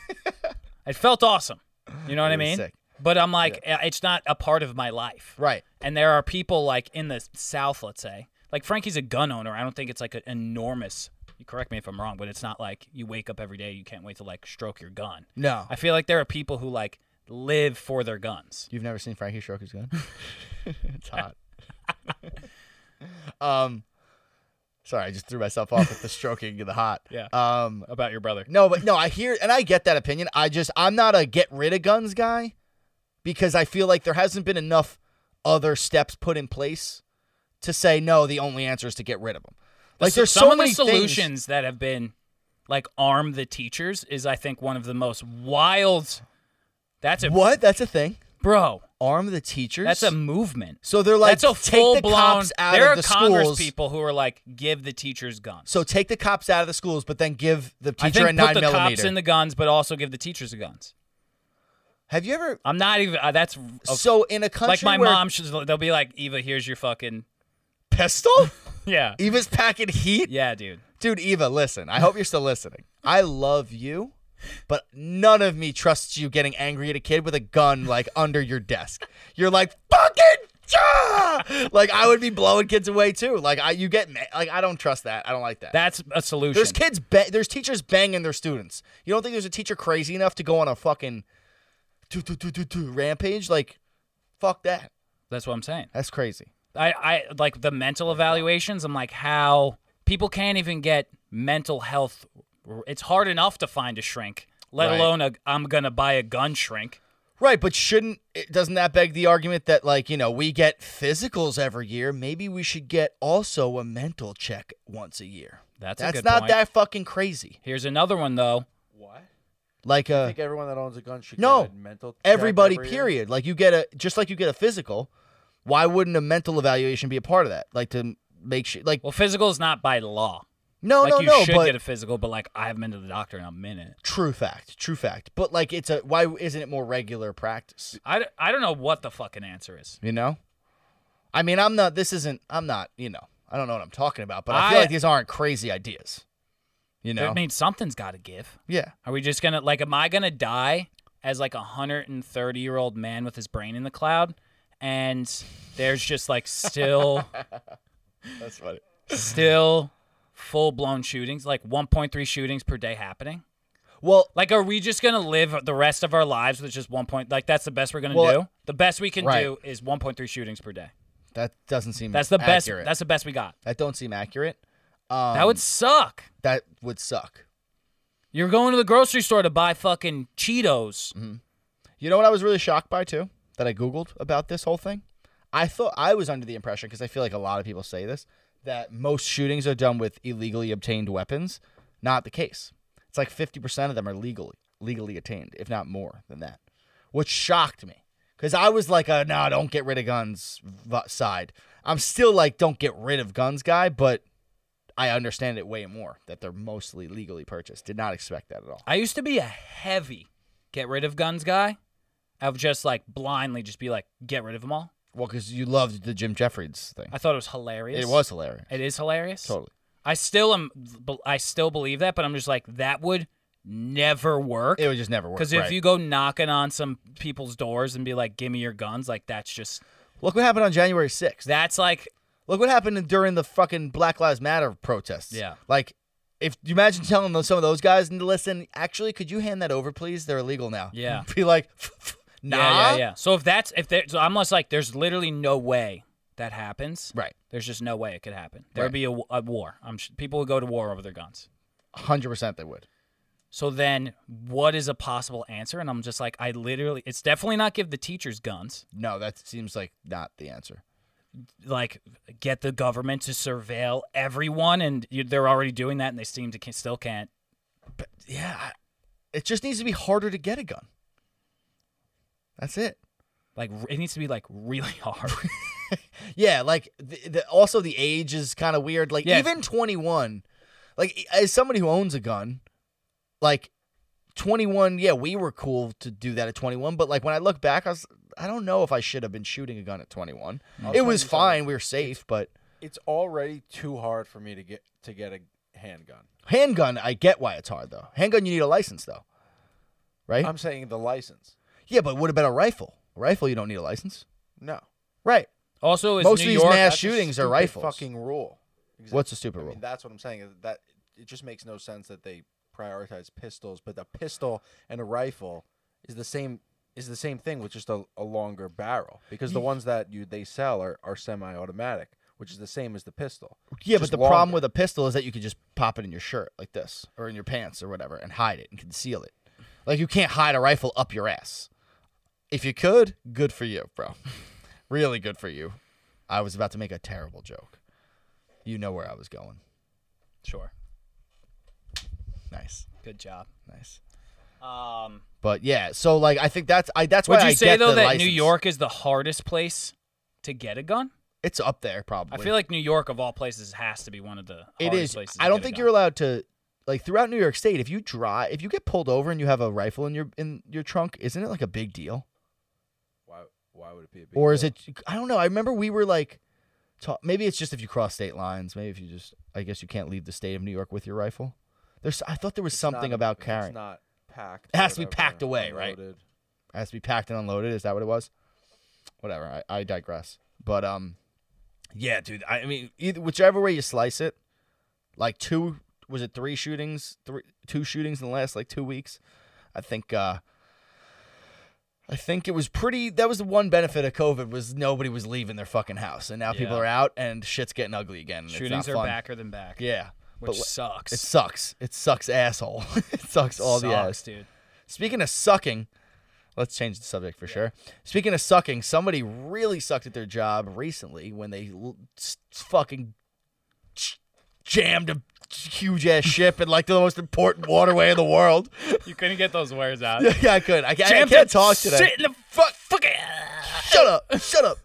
it felt awesome. You know what I
It was
mean?
sick.
But I'm like, uh, it's not a part of my life.
right.
And there are people like in the South, let's say, like Frankie's a gun owner. I don't think it's like an enormous. You correct me if I'm wrong, but it's not like you wake up every day you can't wait to like stroke your gun.
No,
I feel like there are people who like live for their guns.
you've never seen Frankie stroke his gun. it's hot. um, sorry, I just threw myself off with the stroking of the hot.
Yeah.
Um,
About your brother.
No, but no, I hear and I get that opinion. I just I'm not a get rid of guns guy because I feel like there hasn't been enough other steps put in place to say no. The only answer is to get rid of them. Like
So-
there's
some
so
of
many
the
things-
solutions that have been like arm the teachers is I think one of the most wild That's a
What? That's a thing.
bro.
Arm the teachers.
That's a movement.
So they're like
that's a
take
full
the
blown.
cops out
there
of
are
the
Congress
schools.
people who are like, give the teachers guns.
So take the cops out of the schools, but then give the
I
teacher
think
a
put
nine
the cops
millimeter.
in the guns, but also give the teachers the guns.
Have you ever?
I'm not even. Uh, that's a-
So in a country
like my
where
mom. She's, they'll be like, Eva, here's your fucking
pistol.
yeah,
Eva's packing heat.
yeah, dude.
Dude, Eva, listen. I hope you're still listening. I love you, but none of me trusts you getting angry at a kid with a gun like under your desk. You're like fucking ah! like I would be blowing kids away too. Like I, you get ma- like I don't trust that. I don't like that.
That's a solution.
there's kids, ba- there's teachers banging their students. You don't think there's a teacher crazy enough to go on a fucking tu- tu- tu- tu- tu rampage? Like, fuck that.
That's what I'm saying.
That's crazy.
I, I like the mental evaluations. I'm like, how people can't even get mental health. It's hard enough to find a shrink, let
Right.
alone a I'm gonna buy a gun shrink.
Right, but shouldn't it- doesn't that beg the argument that like you know we get physicals every year? Maybe we should get also a mental check once a year.
That's a
That's
good
not
point.
that fucking crazy.
Here's another one though.
What?
Like
I
uh,
think everyone that owns a gun should
no,
get a mental. check
everybody.
every year?
period. Like you get a just like you get a physical. Why wouldn't a mental evaluation be a part of that? Like to make sure like
Well, physical is not by law.
no
like
no
you
no.
should
But
get a physical, but like I haven't been to the doctor in a minute.
true fact, true fact. But like it's a why isn't it more regular practice?
I, d- I don't know what the fucking answer is.
You know, I mean I'm not. This isn't. I'm not. You know. I don't know what I'm talking about, but I feel
I-
like these aren't crazy ideas. You know,
That means something's got to give.
Yeah.
Are we just gonna like? Am I gonna die as like a hundred and thirty year old man with his brain in the cloud? And there's just like still,
That's funny.
still full blown shootings, like 1.3 shootings per day happening.
Well,
Like, are we just gonna live the rest of our lives with just one point? Like, that's the best we're gonna
Well,
do. The best we can
right.
do is 1.3 shootings per day.
that doesn't seem
That's the best.
accurate.
That's the best we got.
that don't seem accurate. Um,
that would suck.
that would suck.
You're going to the grocery store to buy fucking Cheetos.
You know what I was really shocked by too that I googled about this whole thing. I thought I was under the impression because I feel like a lot of people say this that most shootings are done with illegally obtained weapons. Not the case. It's like 50% of them are legally legally attained, if not more than that. Which shocked me cuz I was like, uh, "No, don't get rid of guns" v- side. I'm still like don't get rid of guns guy, but I understand it way more that they're mostly legally purchased. Did not expect that at all.
I used to be a heavy get rid of guns guy. I would just like blindly just be like, get rid of them all.
Well, cuz you loved the Jim Jeffries thing.
I thought it was hilarious.
It was hilarious.
It is hilarious.
Totally.
I still am. b- I still believe that, but I'm just like that would never work.
It would just never work.
Because if you go knocking on some people's doors and be like, "Give me your guns," like that's just
look what happened on January 6th.
that's like
Look what happened during the fucking Black Lives Matter protests.
Yeah.
Like, if you imagine telling those, some of those guys, listen, actually, could you hand that over, please? They're illegal now.
Yeah.
Be like, nah.
yeah, yeah, yeah. So if that's if there, so I'm just like, there's literally no way that happens.
Right.
There's just no way it could happen. There'd
Right.
be a, w- a war. I'm sh- people would go to war over their guns.
100% they would.
So then, what is a possible answer? And I'm just like, I literally, it's definitely not give the teachers guns.
No, that seems like not the answer.
Like, get the government to surveil everyone, and you, they're already doing that, and they seem to can, still can't.
Yeah. I- It just needs to be harder to get a gun. That's it.
Like, r- it needs to be like really hard.
Yeah, like the, the, also the age is kind of weird. Like
Yeah.
even 21, like as somebody who owns a gun, like 21, yeah, we were cool to do that at 21, but like when I look back, I was I don't know if I should have been shooting a gun at 21. It
tell
was
you something.
fine, we were safe, but
It's already too hard for me to get to get a handgun.
handgun, I get why it's hard though. Handgun you need a license though. Right?
I'm saying the license.
yeah, but what about a rifle? A rifle you don't need a license.
No.
Right.
also, is
Most
New
of these
York
mass
That's a
shootings are
stupid
rifles.
Fucking rule. Exactly.
What's a stupid
I
rule?
mean, that's what I'm saying. is That it just makes no sense that they prioritize pistols, but a pistol and a rifle is the same is the same thing with just a, a longer barrel because the ones that you they sell are, are semi-automatic, which is the same as the pistol.
Yeah,
just
but the problem
longer.
with a pistol is that you could just pop it in your shirt like this, or in your pants, or whatever, and hide it and conceal it. Like you can't hide a rifle up your ass. If you could, good for you, bro. really good for you. I was about to make a terrible joke. You know where I was going.
sure.
Nice,
Good job.
nice.
Um,
But yeah, so like I think that's I that's
would
why
you
I
say
get
though
the
that New
license.
York is the hardest place to get a gun?
it's up there probably.
I feel like New York of all places has to be one of the
it
hardest
is.
places. to
I don't
get a
think
gun.
you're allowed to like throughout New York State. If you drive, if you get pulled over and you have a rifle in your in your trunk, isn't it like a big deal?
Why? Why would it be a big?
or is
deal?
it? I don't know. I remember we were like, ta- maybe it's just if you cross state lines. Maybe if you just, I guess you can't leave the state of New York with your rifle. There's, I thought there was
It's not
something
a-
about
if
carrying.
It's not packed.
It
or
has to be
whatever,
packed away, right?
unloaded.
It has to be packed and unloaded. Is that what it was? Whatever. I, I digress. But um, yeah, dude. I, I mean, either whichever way you slice it, like two was it three shootings, three two shootings in the last like two weeks. I think uh, I think it was pretty. That was the one benefit of COVID was nobody was leaving their fucking house, and now people
Yeah.
are out and shit's getting ugly again. and it's not
shootings are
fun.
backer than back.
Yeah,
which
but wh-
sucks.
it sucks. It sucks, asshole. it sucks all the ass.
sucks, dude.
Speaking of sucking, let's change the subject for sure. Speaking of sucking, somebody really sucked at their job recently when they l- s- fucking j- jammed a huge ass ship in like the most important waterway in the world.
You couldn't get those words out.
yeah, I could. I, ca- I
Jammed
can't
that
talk today
Shit in the fuck, fuck it.
shut up, shut up.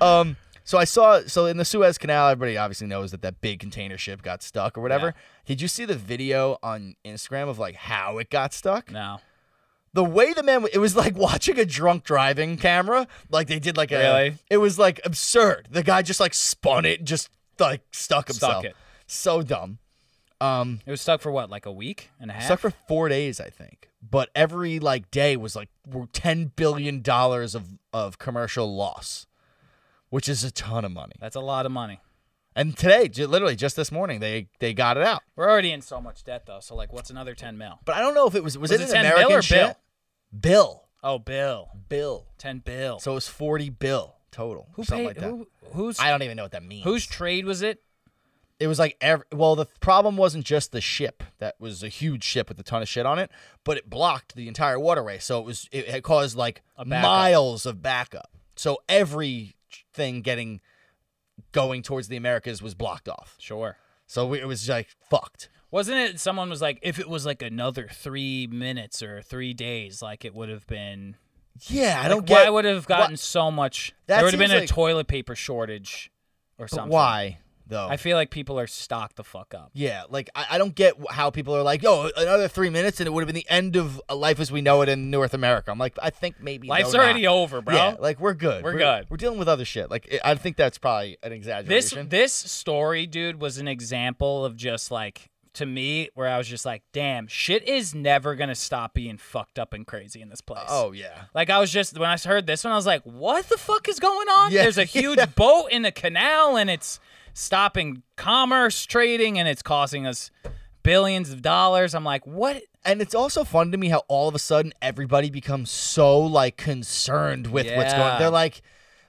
Um, so I saw so in the Suez Canal, everybody obviously knows that that big container ship got stuck or whatever. Did you see the video on Instagram of like how it got stuck?
No,
The way the man, it was like watching a drunk driving camera. Like they did like a,
Really?
it was like absurd. The guy just like spun it, just like stuck himself.
it.
So dumb. Um,
it was stuck for what, like a week and a half.
stuck for four days, I think. But every like day was like were ten billion dollars of of commercial loss, which is a ton of money.
That's a lot of money.
And today, ju- literally just this morning, they they got it out.
We're already in so much debt though. So like, what's another ten mil?
But I don't know if it was was,
Was
it,
it
an
10
American
bill or
shit? Bill,
Oh, bill,
bill.
ten bill.
So it was forty bill total.
who
something
paid?
like that.
Who, who's
I don't even know what that means.
whose trade was it?
it was like every, well the problem wasn't just the ship that was a huge ship with a ton of shit on it but it blocked the entire waterway so it was it had caused like
backup.
miles of backup so everything getting going towards the americas was blocked off
Sure.
so we, it was like fucked
Wasn't it? Someone was like, if it was like another three minutes or three days, like it would have been.
yeah i
Like,
don't
why
get
would it have gotten so much?
That
there would have been
seems
a
like-
toilet paper shortage or
but
something.
why though
I feel like people are stocked the fuck up.
yeah like I, I don't get how people are like yo another three minutes and it would have been the end of uh, life as we know it in north america i'm like i think maybe
Life's
no, not.
already over, bro.
Yeah, like we're good.
We're good.
We're dealing with other shit. Like it, I think that's probably an
this
exaggeration.
this story, dude, was an example of just like to me where I was just like, damn, shit is never gonna stop being fucked up and crazy in this place.
oh yeah,
Like I was just when I heard this one, I was like, "What the fuck is going on?"
Yeah,
There's a huge
yeah.
boat in the canal, and it's stopping commerce, trading, and it's costing us billions of dollars. I'm like, "What?"
and it's also fun to me how all of a sudden everybody becomes so like concerned with what's going.
Yeah.
on. They're like,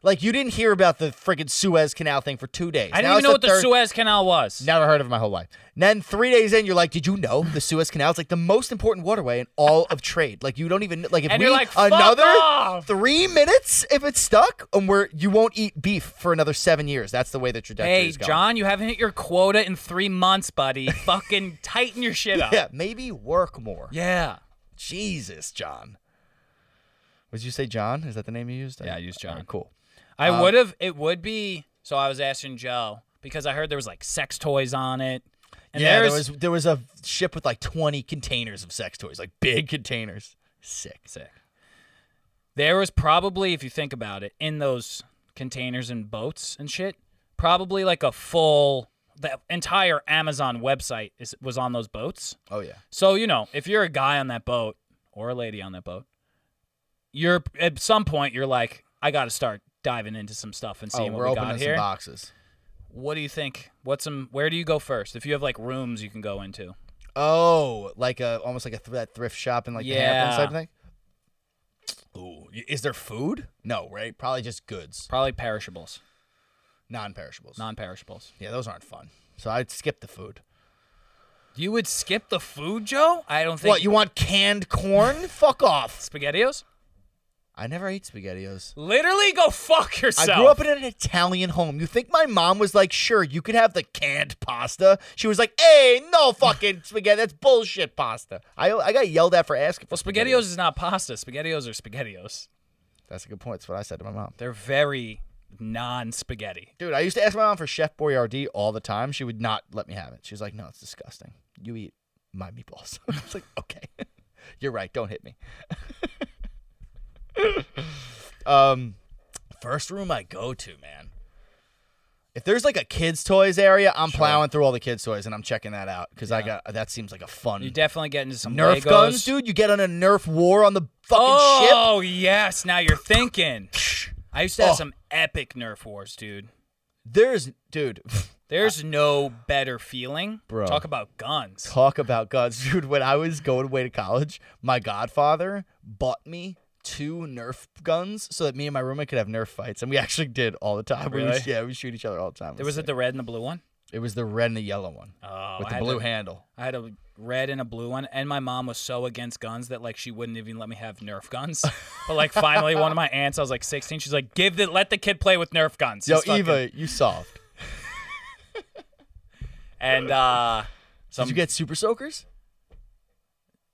like you didn't hear about the friggin' Suez Canal thing for two days.
I didn't
Now
even
it's
know what the
third-
Suez Canal was.
Never heard of it my whole life. And then three days in, you're like, "Did you know the Suez Canal is like the most important waterway in all of trade? Like you don't even like if
And
we
you're like, "Fuck
another
off!"
three minutes if it's stuck, and we're you won't eat beef for another seven years. That's the way the trajectory
hey,
is going.
John, you haven't hit your quota in three months, buddy. Fucking tighten your shit up.
Yeah, maybe work more.
Yeah.
Jesus, John. Would you say John? Is that the name you used?
Yeah, I used John.
Alright, cool.
I
Uh,
would have. It would be. So I was asking Joe because I heard there was like sex toys on it. And
yeah, there
there's-
was there was a ship with like twenty containers of sex toys, like big containers. Sick.
Sick. There was probably, if you think about it, in those containers and boats and shit, probably like a full, the entire Amazon website is, was on those boats.
Oh yeah.
So, you know, if you're a guy on that boat or a lady on that boat, you're at some point, you're like, I got to start diving into some stuff and
Oh,
seeing
we're
what we
opening
got
some
here.
boxes.
What do you think? What's some, where do you go first? If you have like rooms you can go into.
Oh, like a almost like a thr- that thrift shop in like the Hamptons
Yeah.
type thing. Ooh, y- is there food? No, right? Probably just goods,
Probably perishables,
non-perishables.
non perishables.
yeah, those aren't fun. So I'd skip the food.
You would skip the food, Joe? I don't think.
What you want? Canned corn? Fuck off.
SpaghettiOs?
I never ate spaghettios.
Literally, go fuck yourself.
I grew up in an Italian home. You think my mom was like, sure, you could have the canned pasta? She was like, hey, no fucking spaghetti. That's bullshit pasta. I, I got yelled at for asking for
well, spaghettios is not pasta. Spaghettios are spaghettios.
That's a good point. That's what I said to my mom.
They're very non-spaghetti.
Dude, I used to ask my mom for Chef Boyardee all the time. She would not let me have it. She was like, no, it's disgusting. You eat my meatballs. I was like, okay. You're right. Don't hit me. um, first room I go to, man. If there's like a kids' toys area, I'm plowing through all the kids' toys and I'm checking that out because I got that seems like a fun
You definitely get into some
Nerf
Legos.
guns, dude. You get on a Nerf war on the fucking ship.
Oh yes, now you're thinking. I used to have
Oh.
some epic Nerf wars, dude.
There's, dude.
There's no better feeling.
Bro.
Talk about guns.
Talk about guns, dude. When I was going away to college, my godfather bought me two Nerf guns so that me and my roommate could have Nerf fights, and we actually did all the time. We
Really?
would, yeah, we would shoot each other all the time.
There was it
sick.
the red and the blue one.
it was the red and the yellow one
Oh,
with
I
the
had
blue
the-
handle.
I had a red and a blue one, and my mom was so against guns that like she wouldn't even let me have Nerf guns. but like finally, one of my aunts, I was like 16, she's like, "Give the let the kid play with Nerf guns."
Yo,
He's fucking-
Eva, you soft.
and uh, some
Did you get super soakers?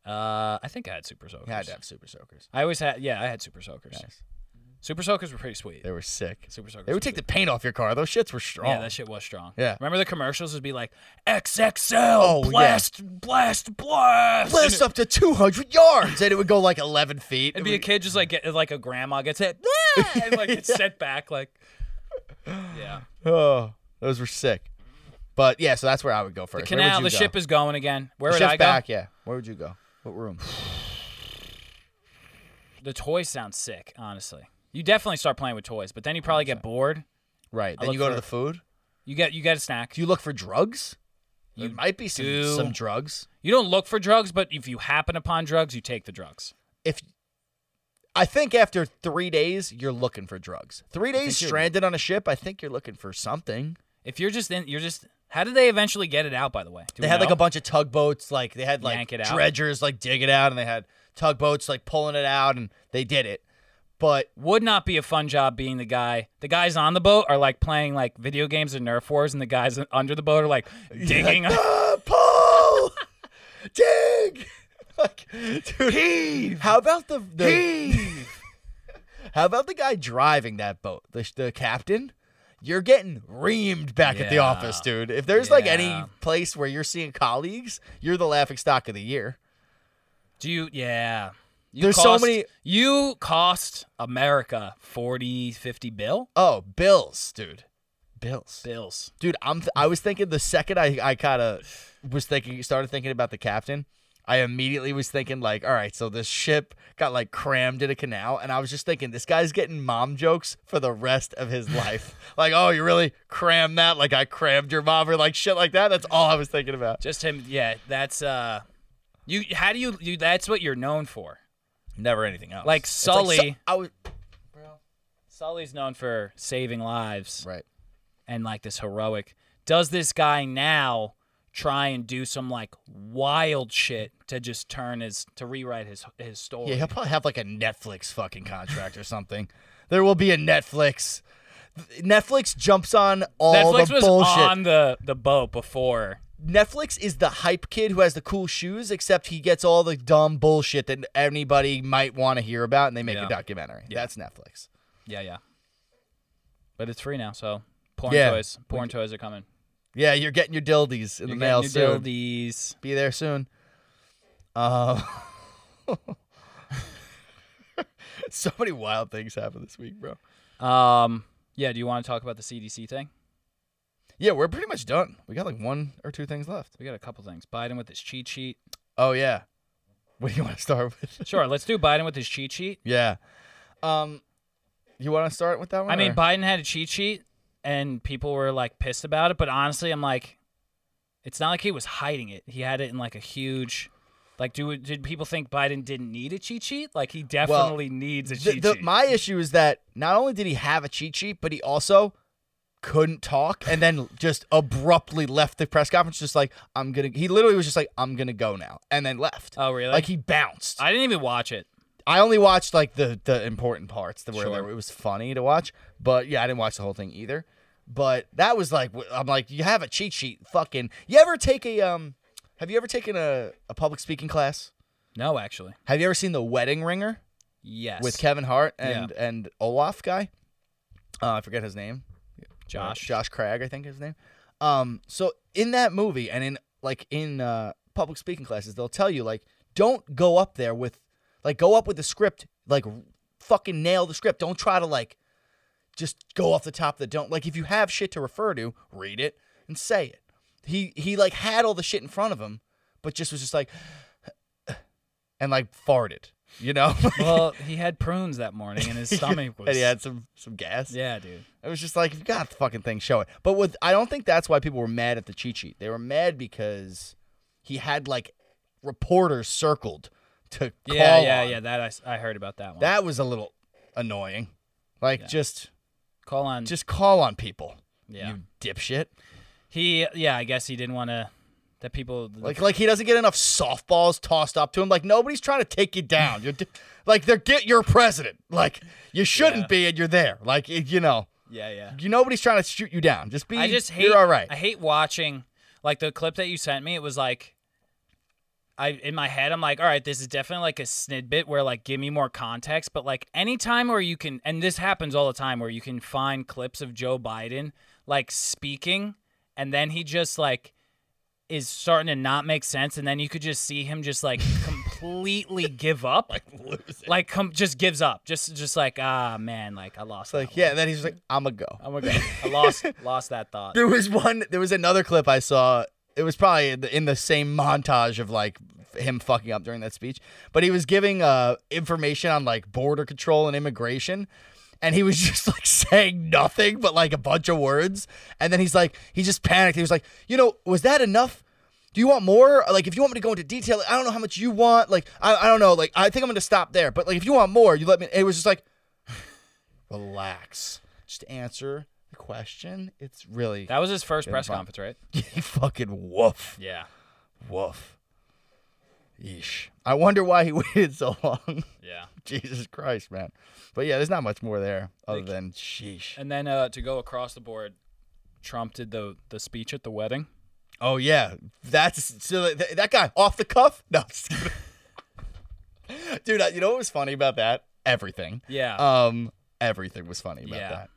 uh, I think I had Super Soakers.
I had to have super soakers.
I always had, yeah, I had Super Soakers.
Nice.
Super Soakers were pretty sweet.
They were sick.
Super Soakers.
They
were
would take the paint off your car. Those shits were strong.
Yeah, that shit was strong.
Yeah.
Remember the commercials would be like XXL
Oh, yeah.
blast, blast, blast, And
Blast up to 200 yards, and it would go like 11 feet.
It'd be a kid just like get, like a grandma gets hit and like it's set back like yeah.
Oh, those were sick. But yeah, so that's where I would go first. Where would
Canal.
you
The
go?
ship is going again. Where
The
would I
ship's
go?
back, yeah. Where would you go? What room?
The toys sound sick. Honestly, you definitely start playing with toys, but then you probably get bored.
Right. Then
look
you go
for-
to the food.
You get you get a snack.
Do you look for drugs? There
You
might be some
do.
some drugs.
You don't look for drugs, but if you happen upon drugs, you take the drugs.
If I think after three days you're looking for drugs. Three days
think you're-
stranded on a ship, I think you're looking for something.
If you're just in, you're just. How did they eventually get it out? By the way, Do
they
we
had like
know?
a bunch of tugboats, like they had like
Yank it out.
dredgers like dig it out, and they had tugboats like pulling it out, and they did it. But
would not be a fun job being the guy. The guys on the boat are like playing like video games and Nerf wars, and the guys under the boat are like digging.
Ah, Paul, dig. Like, dude, How about the, the How about the guy driving that boat? The, the captain. You're getting reamed back at the
Yeah.
office, dude. If there's like any
Yeah.
place where you're seeing colleagues, you're the laughing stock of the year.
Do you? Yeah. You
There's so
cost-
many-
You cost America 40, 50 bill
Oh, bills, dude. Bills.
bills.
Dude, I'm th- I was thinking the second I I kind of was thinking started thinking about the captain, I immediately was thinking like, all right, so this ship got like crammed in a canal and I was just thinking this guy's getting mom jokes for the rest of his life. like, oh, you really crammed that like I crammed your mom or like shit like that. That's all I was thinking about.
Just him. Yeah. That's uh. You. How do you? you that's what you're known for.
Never anything else.
Like
It's
Sully.
so- I was
Sully's known for saving lives
right.
and like this heroic. Does this guy now try and do some like wild shit to just turn his to rewrite his his story?
Yeah, he'll probably have like a Netflix fucking contract or something. There will be a Netflix. Netflix jumps on all
Netflix
the
was
bullshit.
on the the boat before.
Netflix is the hype kid who has the cool shoes, except he gets all the dumb bullshit that anybody might want to hear about, and they make
Yeah.
a documentary. That's Netflix.
Yeah, yeah. But it's free now, so porn
Yeah.
toys, porn toys are coming.
Yeah, you're getting your dildies in
You're
the mail
getting
soon.
your dildies.
Be there soon. Uh, so many wild things happened this week, bro.
Um, yeah. Do you want to talk about the CDC thing?
Yeah, we're pretty much done. We got like one or two things left.
We got a couple things. Biden with his cheat sheet.
Oh yeah. What do you want to start with?
Sure, let's do Biden with his cheat sheet.
yeah. Um, you want to start with that one?
I mean,
or-
Biden had a cheat sheet, and people were like pissed about it. But honestly, I'm like, it's not like he was hiding it. He had it in like a huge. Like, do did people think Biden didn't need a cheat sheet? Like, he definitely needs a
the,
cheat
the-
sheet.
my issue is that not only did he have a cheat sheet, but he also couldn't talk and then just abruptly left the press conference just like I'm going to he literally was just like I'm going to go now and then left.
Oh, really?
Like he bounced.
I didn't even watch it.
I only watched like the the important parts that were
Sure.
there. It was funny to watch, but yeah, I didn't watch the whole thing either. But that was like wh- I'm like you have a cheat sheet. Fucking you ever take a um? Have you ever taken a a public speaking class?
No, actually.
Have you ever seen The Wedding Ringer
Yes.
with Kevin Hart and and Olaf guy? Uh, I forget his name. Uh,
Josh.
Josh Cragg, I think his name. Um, so in that movie and in like in uh, public speaking classes, they'll tell you like don't go up there with like go up with the script, like fucking nail the script. Don't try to like just go off the top of the don't like if you have shit to refer to, read it and say it. He he like had all the shit in front of him, but just was just like and like farted, you know?
well, he had prunes that morning and his stomach was.
and he had some some gas.
Yeah, dude.
It was just like, if you got the fucking thing, show it. But with, I don't think that's why people were mad at the cheat sheet. They were mad because he had like reporters circled to call.
Yeah, yeah,
on.
yeah. That I s- I, heard about that one.
That was a little annoying. Like just
Call on.
just call on people.
Yeah.
You dipshit.
He. Yeah, I guess he didn't want to. That people.
Like like he doesn't get enough softballs tossed up to him. Like nobody's trying to take you down. You're di- like they're get your president. Like you shouldn't
Yeah.
be and you're there. Like it- you know.
yeah, yeah.
You nobody's trying to shoot you down. Just be
I just hate.
you're all right.
I hate watching. Like the clip that you sent me, it was like. I in my head, I'm like, all right, this is definitely like a snidbit where like give me more context. But like anytime where you can, and this happens all the time, where you can find clips of Joe Biden like speaking, and then he just like is starting to not make sense, and then you could just see him just like completely give up, like lose like com- just gives up, just just like ah man, like I lost,
It's like,
that
yeah, then he's just like, I'm a go.
one. I'm gonna go. I lost lost that thought.
There was one. There was another clip I saw. It was probably in the, in the same montage of like him fucking up during that speech. But he was giving uh, information on like border control and immigration, and he was just like saying nothing but like a bunch of words. And then he's like, he just panicked. He was like, you know, was that enough? Do you want more? Like, if you want me to go into detail, I don't know how much you want. Like, I, I don't know. Like, I think I'm gonna stop there. But like, if you want more, you let me. It was just like, relax. Just answer the question. It's really
That was his first press
fun.
conference, right?
you fucking woof.
Yeah.
Woof. Yeesh. I wonder why he waited so long.
Yeah.
Jesus Christ, man. But yeah, there's not much more there other than sheesh.
And then uh, to go across the board, Trump did the the speech at the wedding.
Oh yeah, that's so that, that guy off the cuff. No, I'm just kidding. dude. I- You know what was funny about that? Everything.
Yeah.
Um, everything was funny about
Yeah.
that.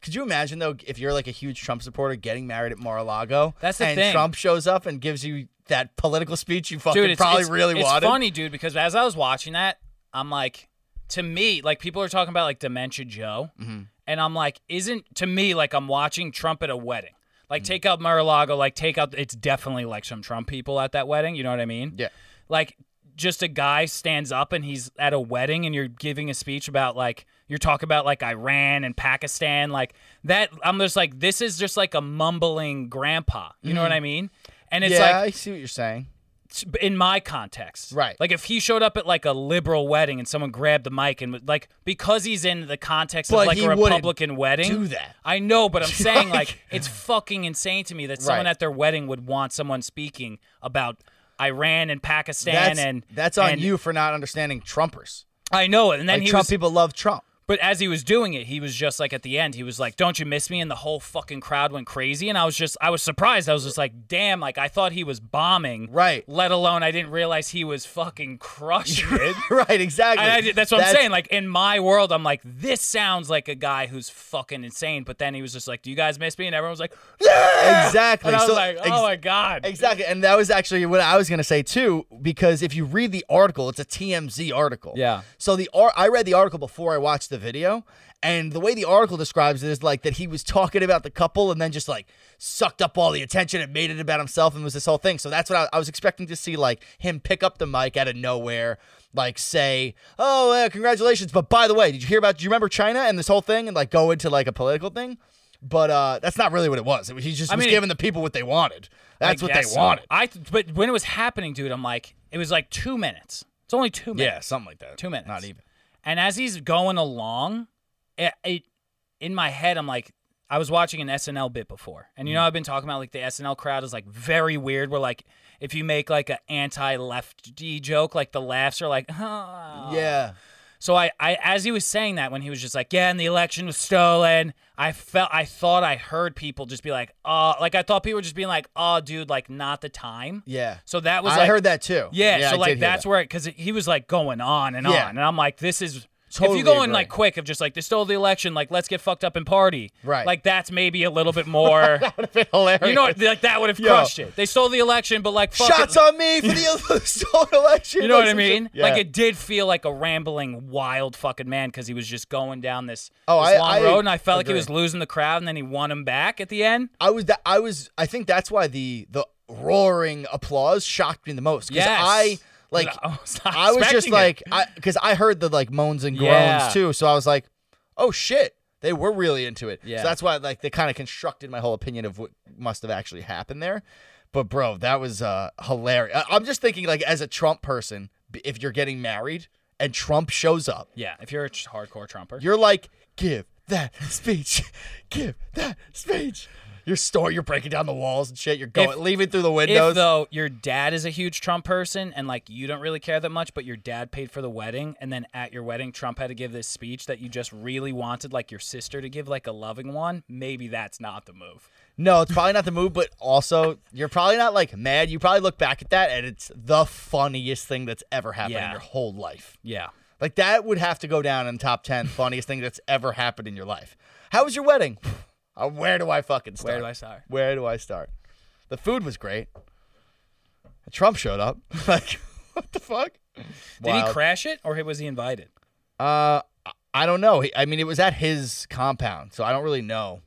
Could you imagine though, if you're like a huge Trump supporter, getting married at Mar-a-Lago,
That's the
and
thing.
Trump shows up and gives you that political speech you fucking
dude, it's
probably
it's-
really
it's
wanted?
funny, dude, because as I was watching that, I'm like, to me, like people are talking about like dementia Joe,
Mm-hmm.
and I'm like, isn't to me like I'm watching Trump at a wedding.
Mm.
Like take out Mar-a-Lago, like take out. It's definitely like some Trump people at that wedding. You know what I mean?
Yeah.
Like just a guy stands up and he's at a wedding and you're giving a speech about like you're talking about like Iran and Pakistan like that I'm just like this is just like a mumbling grandpa you know what I mean and it's
yeah,
like
I see what you're saying.
s- in my context.
Right.
Like if he showed up at like a liberal wedding and someone grabbed the mic and was- like because he's in the context
But
of like
he
a
wouldn't
Republican wedding.
do that.
I know, but I'm saying like
Like-
it's fucking insane to me that someone
Right.
at their wedding would want someone speaking about Iran and Pakistan
That's,
and
that's on
and-
you for not understanding Trumpers.
I know it. And then
Like
he
Trump
was,
people love Trump.
but as he was doing it, he was just like at the end, he was like, Don't you miss me? And the whole fucking crowd went crazy. And I was just, I was surprised. I was just like, Damn, like I thought he was bombing.
Right.
Let alone I didn't realize he was fucking crushing it.
right, exactly.
And I, that's what I'm saying. Like in my world, I'm like, this sounds like a guy who's fucking insane. But then he was just like, "Do you guys miss me?" And everyone was like, "Yeah!"
Exactly.
And I was
So,
like, "Oh
ex-
my god!"
Exactly. And that was actually what I was going to say too, because if you read the article, it's a TMZ article.
Yeah.
So the ar- I read the article before I watched the video, and the way the article describes it is like that he was talking about the couple and then just like sucked up all the attention and made it about himself and was this whole thing. So that's what I, I was expecting to see, like him pick up the mic out of nowhere, like say, "Oh, uh, congratulations!" But by the way, did you hear about? Do you remember China and this whole thing and like go into like a political thing? But uh, that's not really what it was. It was he just
I
was
mean-
giving the people what they wanted. That's
I
what they
guess so.
wanted.
I th- but when it was happening, dude, I'm like, it was like two minutes. It's only two minutes.
Yeah, something like that.
Two minutes.
Not even.
And as he's going along, it, it in my head, I'm like, I was watching an SNL bit before, and
Mm.
you know I've been talking about like the SNL crowd is like very weird. Where like if you make like an anti-lefty joke, like the laughs are like, "Huh."
Yeah.
So I, I, as he was saying that, when he was just like, yeah, and the election was stolen, I felt, I thought I heard people just be like, oh, like I thought people were just being like, oh, dude, like not the time.
Yeah.
So that was.
I
like-
heard that too. Yeah,
Yeah.
I
so
did
like
hear
that's
that.
where, because he was like going on and
Yeah.
on, and I'm like, this is. if
Totally
you go in
agree.
like quick of just like they stole the election, like let's get fucked up and party.
Right.
Like that's maybe a little bit more.
Hilarious.
you know, what, like that would have
Yo.
crushed it. They stole the election, but like fuck it,
Shots on me for the stolen election.
you know what I
Like,
mean?
yeah.
Like it did feel like a rambling, wild fucking man because he was just going down this,
Oh,
this
I-
long
I
road, and I felt like
agree.
he was losing the crowd, and then he won him back at the end.
I was that I was I think that's why the the roaring applause shocked me the most because
Yes.
I like
I was, not
I was just
expecting it.
like I because I heard the like moans and groans
Yeah.
too so I was like oh shit they were really into it
Yeah.
so that's why like they kind of constructed my whole opinion of what must have actually happened there but bro that was uh hilarious I- I'm just thinking like as a Trump person b- if you're getting married and Trump shows up
yeah. If you're a tr- hardcore trumper,
you're like, give that speech, give that speech. Your store, you're breaking down the walls and shit. You're going,
If-
leaving through the
if
windows.
though your dad is a huge Trump person and like you don't really care that much, but your dad paid for the wedding, and then at your wedding, Trump had to give this speech that you just really wanted, like your sister to give, like a loving one. Maybe that's not the move.
no, it's probably not the move, but also you're probably not like mad. You probably look back at that and it's the funniest thing that's ever happened in
Yeah.
your whole life.
Yeah.
Like that would have to go down in top ten funniest thing that's ever happened in your life. How was your wedding? Uh, Where do I fucking start?
Where do I start?
Where do I start? The food was great. Trump showed up. like, what the fuck?
Did he
Wild.
crash it or was he invited?
Uh, I- I don't know. He- I mean, it was at his compound, so I don't really know.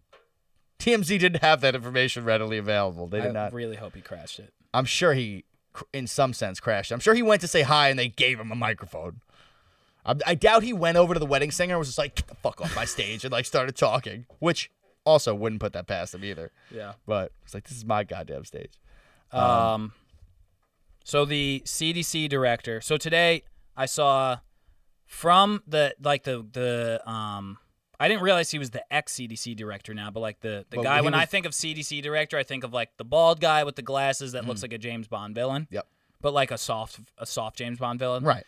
TMZ didn't have that information readily available. They
I
did not.
really hope he crashed it.
I'm sure he, cr- in some sense, crashed. I'm sure he went to say hi, and they gave him a microphone. I, I doubt he went over to the wedding singer and was just like, "Get the fuck off my stage," and like started talking, which also wouldn't put that past him either.
Yeah.
But it's like, this is my goddamn stage.
Um, so the CDC director. So today I saw from the like the the um I didn't realize he was the ex CDC director now, but like the the
Well,
guy
he
when I
was-
think of CDC director, I think of like the bald guy with the glasses that looks like a James Bond villain.
Mm. Yep.
But like a soft a soft James Bond villain.
Right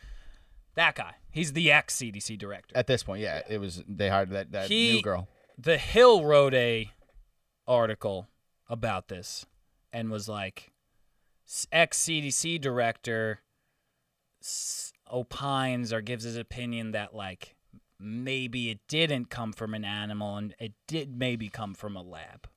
That guy. He's the ex CDC director.
at this point, yeah, it was they hired that that
He-
new girl.
the Hill wrote a article about this and was like ex CDC director s- opines or gives his opinion that like maybe it didn't come from an animal and it did maybe come from a lab.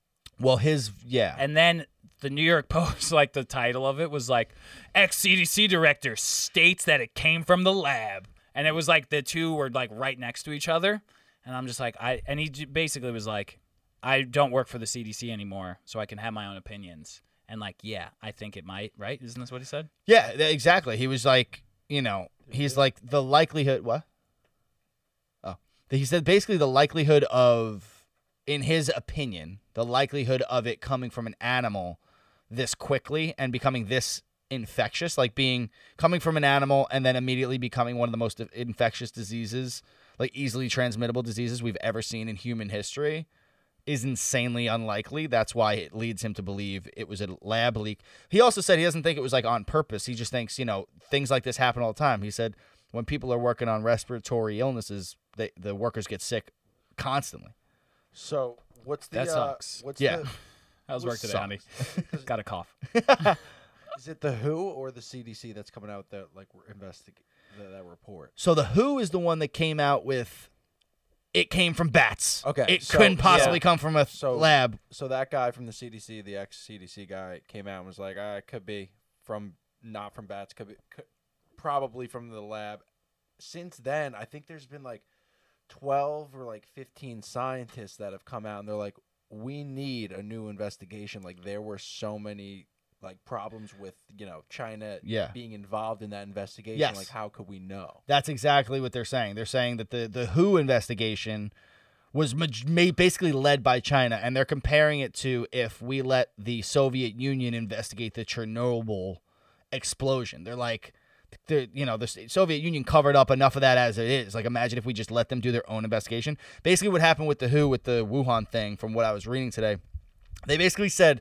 Well, his yeah,
And then the New York Post like the title of it was like ex CDC director states that it came from the lab. And it was like the two were like right next to each other and I'm just like I and he j- basically was like I don't work for the CDC anymore so I can have my own opinions. And like yeah, I think it might, right? Isn't this what he said?
Yeah, th- exactly. He was like, you know, he's like the likelihood what? Oh. He said basically the likelihood of in his opinion, the likelihood of it coming from an animal this quickly and becoming this infectious, like being coming from an animal and then immediately becoming one of the most infectious diseases, like easily transmittable diseases we've ever seen in human history is insanely unlikely. That's why it leads him to believe it was a lab leak. He also said he doesn't think it was like on purpose. He just thinks, you know, things like this happen all the time. He said when people are working on respiratory illnesses, they, the workers get sick constantly.
So what's the
That
uh,
sucks.
What's
Yeah.
the,
How's work today, honey? Got a cough.
is it the WHO or the CDC that's coming out with that like investigate that, that report?
So the WHO is the one that came out with it came from bats.
Okay,
It
so-
couldn't possibly
yeah.
come from a
So-
lab.
So that guy from the CDC, the ex CDC guy, came out and was like, "I could be from not from bats, could be could, probably from the lab." Since then, I think there's been like twelve or like fifteen scientists that have come out and they're like, "We need a new investigation." Like there were so many like problems with you know China
Yeah.
being involved in that investigation.
Yes.
Like how could we know?
That's exactly what they're saying. They're saying that the the WHO investigation was maj- ma- basically led by China, and they're comparing it to if we let the Soviet Union investigate the Chernobyl explosion. They're like, the you know the Soviet Union covered up enough of that as it is. Like imagine if we just let them do their own investigation. Basically, what happened with the WHO with the Wuhan thing, from what I was reading today, they basically said,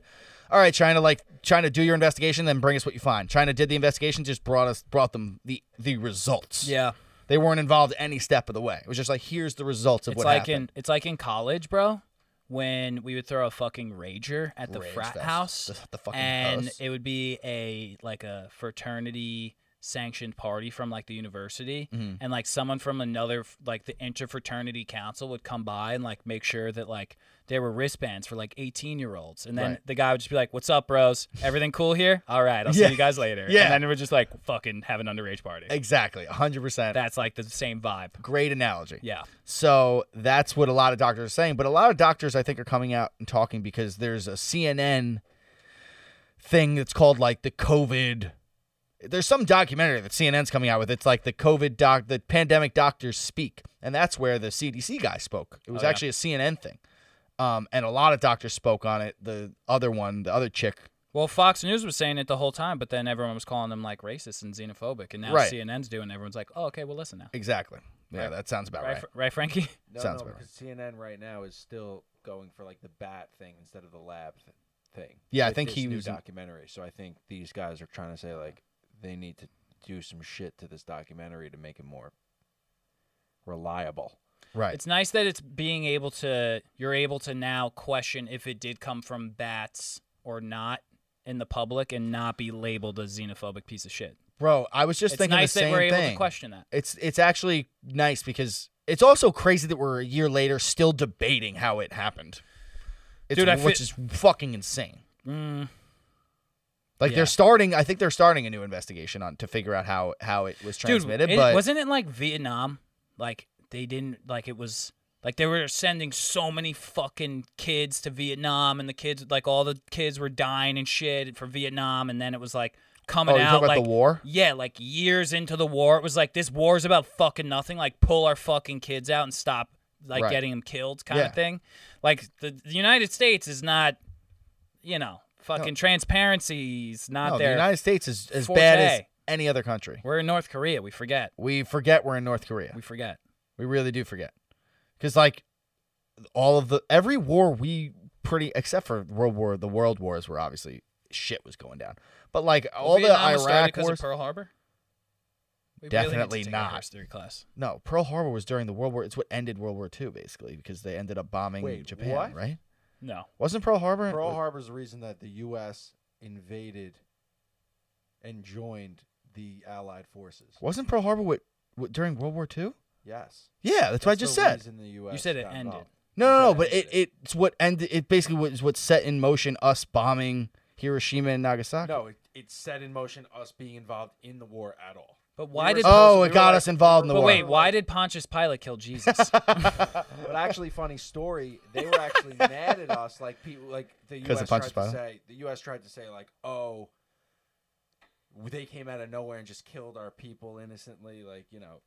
"All right, China, like China, do your investigation, then bring us what you find." China did the investigation, just brought us brought them the the results.
Yeah.
They weren't involved any step of the way. It was just like, here's the results of
It's
what
like
happened.
in it's like in college, bro. When we would throw a fucking rager at the
Rage
frat
fest.
house,
The- the fucking
and
house.
it would be a like a fraternity sanctioned party from like the university,
Mm-hmm.
and like someone from another f- like the interfraternity council would come by and like make sure that like there were wristbands for like eighteen year olds, and then
Right.
the guy would just be like, "What's up, bros? Everything cool here? All right, I'll
Yeah.
see you guys later."
Yeah.
and then we're just like fucking have an underage party.
exactly, 100%.
That's like the same vibe.
Great analogy.
Yeah.
So that's what a lot of doctors are saying. But a lot of doctors, I think, are coming out and talking because there's a CNN thing that's called like the COVID. There's some documentary that CNN's coming out with. It's like the COVID doc, the pandemic doctors speak, and that's where the CDC guy spoke. It was
Oh, yeah.
actually a CNN thing, um, and a lot of doctors spoke on it. The other one, the other chick,
Well, Fox News was saying it the whole time, but then everyone was calling them like racist and xenophobic, and now
Right.
CNN's doing. it. Everyone's like, "Oh, okay, well, listen now."
exactly. Yeah,
Right.
that sounds about
Right,
right.
Fr- right, Frankie.
No,
Sounds
no,
about right.
because CNN right now is still going for like the bat thing instead of the lab th- thing.
Yeah, I
with
think
this
he
new
was in-
documentary. So I think these guys are trying to say like they need to do some shit to this documentary to make it more reliable.
Right.
It's nice that it's being able to. You're able to now question if it did come from bats or not in the public, and not be labeled a xenophobic piece of shit.
Bro, I was just
it's
thinking
nice
the
that
same
we're able
thing.
to question that.
it's it's actually nice because it's also crazy that we're a year later still debating how it happened. It's,
Dude, I
which
fe-
is fucking insane.
Mm,
Like
Yeah.
they're starting, I think they're starting a new investigation on to figure out how how it was
dude,
transmitted.
it-
but
wasn't it like Vietnam? Like they didn't like it was. Like they were sending so many fucking kids to Vietnam, and the kids, like all the kids, were dying and shit for Vietnam, and then it was like coming
oh, you
out
talking about
like
the war?
Yeah, like years into the war, it was like this war is about fucking nothing. Like pull our fucking kids out and stop like
Right.
getting them killed, kind
Yeah.
of thing. Like the, the United States is not, you know, fucking transparency's not
No, the
there.
United States is as bad as
forte.
any other country.
We're in North Korea. We forget.
We forget we're in North Korea.
We forget.
We really do forget. Cuz like all of the every war we pretty except for World War the World Wars were obviously shit was going down. But like all
Vietnam was
the
started
Iraq
because
wars
of Pearl Harbor. We
Definitely
really need to take a
not.
history class.
No, Pearl Harbor was during the World War. It's what ended World War II, basically, because they ended up bombing
Wait,
Japan,
what?
right?
No,
Wasn't Pearl Harbor?
Pearl Harbor's the reason that the U.S. invaded and joined the Allied forces.
Wasn't Pearl Harbor what, what during World War II?
Yes,
Yeah, that's, what I just
the
said.
reason the U.S.
said it
got
ended.
involved.
No, no, no.
That
But it,
ended
it's what ended. It basically was what set in motion us bombing Hiroshima and Nagasaki.
No, it, it set in motion us being involved in the war at all.
but why
were
did?
supposed-
Oh,
we
it
were
got
like-
us involved in the
but
war.
wait, why did Pontius Pilate kill Jesus?
But actually, funny story. They were actually mad at us, like people, like the
'Cause
U.S.
of
tried
Pontius
to
Pilate?
say the U.S. tried to say like, oh, they came out of nowhere and just killed our people innocently, like you know,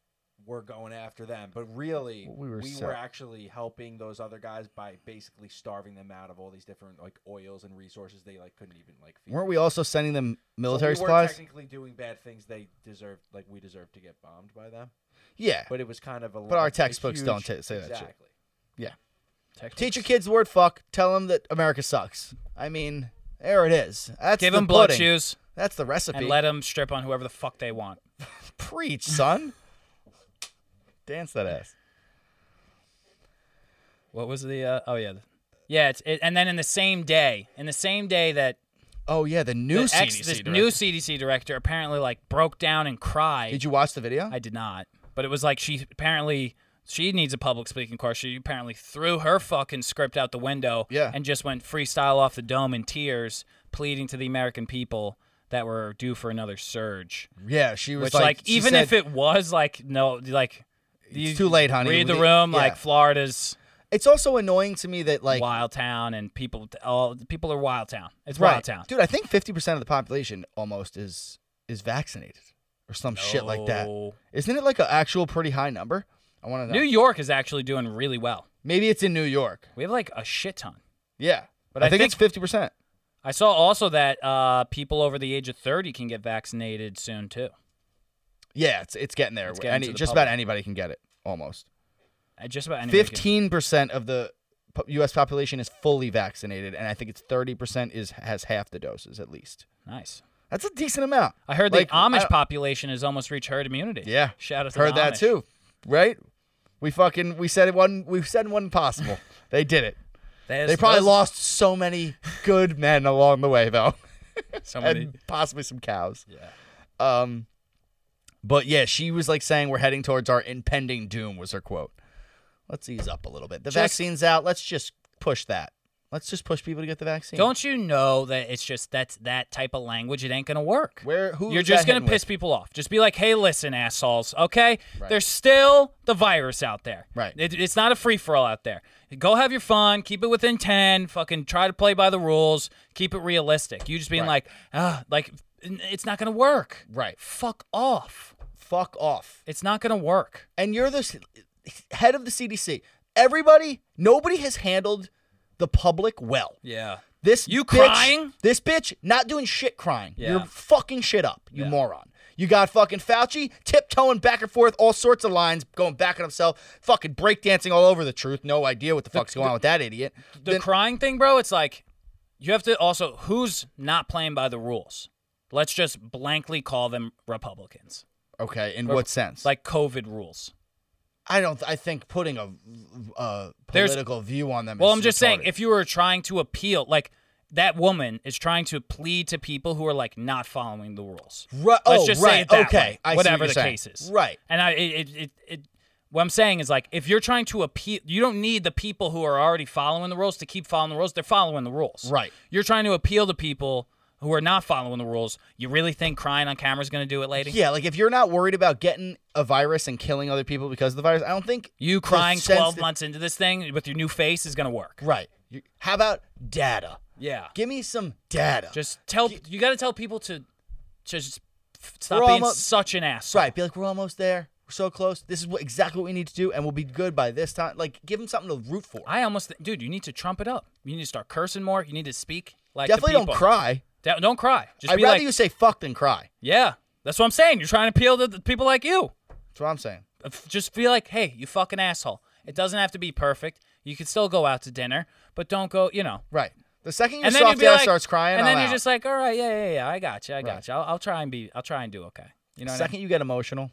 we're going after them. But really,
We were so-
actually helping those other guys by basically starving them out of all these different like oils and resources they like couldn't even like. Feed.
Weren't we also sending them
So
military
we were
supplies?
technically doing bad things. They deserved, like we deserved to get bombed by them.
yeah.
But it was kind of a.
our
a
textbooks
huge-
don't ta- say that shit.
exactly.
Teach your kids the word fuck. Tell them that America sucks. I mean, there it is. That's
Give
the
him blood
pudding.
shoes
That's the recipe.
and let them strip on whoever the fuck they want.
Preach, son. Dance that ass.
What was the? Uh, oh yeah, yeah. It's it, and then in the same day, in the same day that
Oh yeah, the new
the ex-
CDC
this
director.
new CDC director apparently like broke down and cried.
Did you watch the video?
I did not, but it was like she apparently she needs a public speaking course. She apparently threw her fucking script out the window
Yeah.
and just went freestyle off the dome in tears, pleading to the American people that were due for another surge.
yeah, she was
Which like,
she
even
said,
if it was like no like. you-
too late, honey.
Read the
We-
room,
yeah.
like Florida's
it's also annoying to me that like
Wild Town and people all people are Wild Town. It's
right,
Wild Town.
dude. I think fifty percent of the population almost is is vaccinated or some shit like that.
No.
Isn't it like an actual pretty high number? I want to know.
New York is actually doing really well.
Maybe it's in New York.
We have like a shit ton.
Yeah, but
I
I, think,
think-
it's fifty percent.
I saw also that uh, people over the age of 30 can get vaccinated soon too.
Yeah, it's it's getting there.
It's getting
Any,
to the
just
public.
about anybody can get it almost.
Uh, Just about anybody can-
Fifteen percent of the po- U.S. population is fully vaccinated, and I think it's thirty percent is has half the doses at least.
Nice.
That's a decent amount.
I heard
Like,
the Amish
I-
population has almost reached herd immunity.
Yeah,
Shout out to
heard
the
that
Amish.
too, right? We fucking we said it one we said one possible. they did it.
That is-
They probably
those-
lost so many good men along the way though,
so many.
and possibly some cows.
Yeah.
Um, but yeah, she was like saying we're heading towards our impending doom was her quote. Let's ease up a little bit. The
Just-
vaccine's out. Let's just push that. Let's just push people to get the vaccine.
Don't you know that it's just that's that type of language? It ain't gonna work.
where who
You're
is that
just gonna
hitting with?
piss people off. Just be like, hey, listen, assholes. Okay, there's still the virus out there.
Right.
It, it's not a free for all out there. Go have your fun. Keep it within ten. Fucking try to play by the rules. Keep it realistic. You just being like, ah, like n- it's not gonna work.
Right.
Fuck off.
Fuck off.
It's not gonna work.
And you're the s- head of the CDC. Everybody, nobody has handled the public well.
Yeah.
This
You
bitch-
crying?
This bitch not doing shit crying.
Yeah.
You're fucking shit up, you moron. You got fucking Fauci tiptoeing back and forth, all sorts of lines, going back on himself, fucking breakdancing all over the truth. No idea what the fuck's going on with that idiot.
the
Then-
crying thing, bro, it's like you have to also who's not playing by the rules. Let's just blankly call them Republicans.
okay, in what sense?
Like COVID rules.
I don't. I think putting a, a
There's-
political view on them.
Well,
is
I'm just saying
retarded.
if you were trying to appeal like that woman is trying to plead to people who are like not following the rules.
Ru-
Let's
oh,
just say
right,
it that
okay,
way,
I see what
whatever
you're
the
saying.
case is.
Right.
And I it, it it it what I'm saying is like if you're trying to appeal you don't need the people who are already following the rules to keep following the rules. They're following the rules.
Right.
You're trying to appeal to people who are not following the rules. You really think crying on camera is going to do it, lady?
yeah, like if you're not worried about getting a virus and killing other people because of the virus, I don't think
You
the
crying
sense
12
that-
months into this thing with your new face is going to work.
Right. You- How about data?
Yeah.
Give me some data.
Just tell you got to tell people to just f- stop
We're
being
almost-
such an ass.
Right. Be like, we're almost there. We're so close. This is what, exactly what we need to do, and we'll be good by this time. Like, give them something to root for.
I almost th- dude, you need to trump it up. You need to start cursing more. You need to speak like to
Definitely don't
people.
cry.
Da- don't cry. Just
I'd
be
rather
like,
you say fuck than cry.
yeah. That's what I'm saying. You're trying to appeal to the people like you.
That's what I'm saying.
F- just feel like, hey, you fucking asshole. It doesn't have to be perfect. You can still go out to dinner, but don't go, you know.
Right. The second your
And then you'd
soft
be
ass
like,
starts crying,
and
I'm
then you're
out.
just like, all right, yeah, yeah, yeah, I got you, I got you. I'll, I'll try and be, I'll try and do okay. You know, what I mean?
second you get emotional,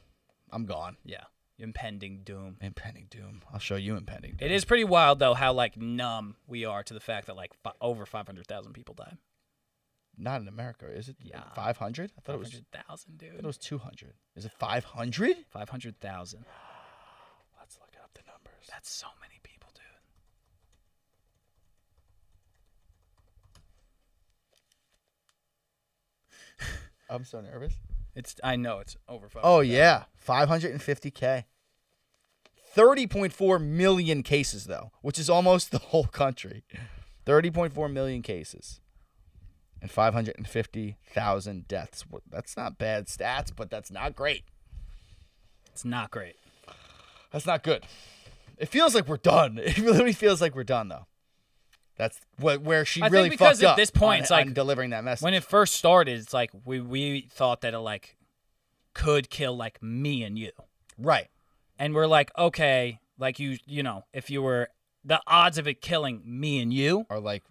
I'm gone.
yeah, impending doom.
Impending doom. I'll show you impending doom.
It is pretty wild though how like numb we are to the fact that like fi- over 500,000 people died.
Not in America, is it?
Yeah.
500? I thought it was. I
500,000,
thought it
dude.
was 200. Is it 500?
500,000.
Let's look up the numbers.
That's so many people, dude.
I'm so nervous.
It's I know it's over 500.
Oh yeah, 550k. 30.4 million cases though, which is almost the whole country. 30.4 million cases and 550,000 deaths. Wha- That's not bad stats, but that's not great. Oh.
It's not great.
That's not good. It feels like we're done. It literally feels like we're done though. That's wh- where she
I think
really
because
fucked
at
up
this point,
on-
it's like,
on delivering that message.
When it first started, it's like we we thought that it like could kill like me and you.
right.
and we're like, okay, like you, you know, if you were the odds of it killing me and you,
Are like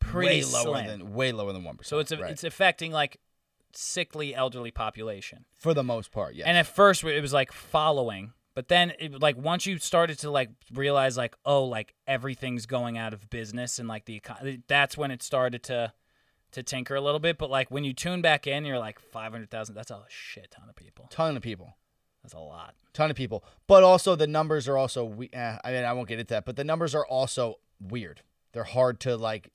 Pretty
way lower
slim.
than way lower than 1%.
so it's a,
right.
it's affecting like sickly elderly population.
for the most part, yeah.
And at first it was like following, but then it, like once you started to like realize like oh like everything's going out of business and like the econ- that's when it started to to tinker a little bit. But like when you tune back in, you're like five hundred thousand. That's a shit ton of people.
ton of people.
That's a lot.
ton of people. But also the numbers are also we. Eh, I mean, I won't get into that, but the numbers are also weird. They're hard to like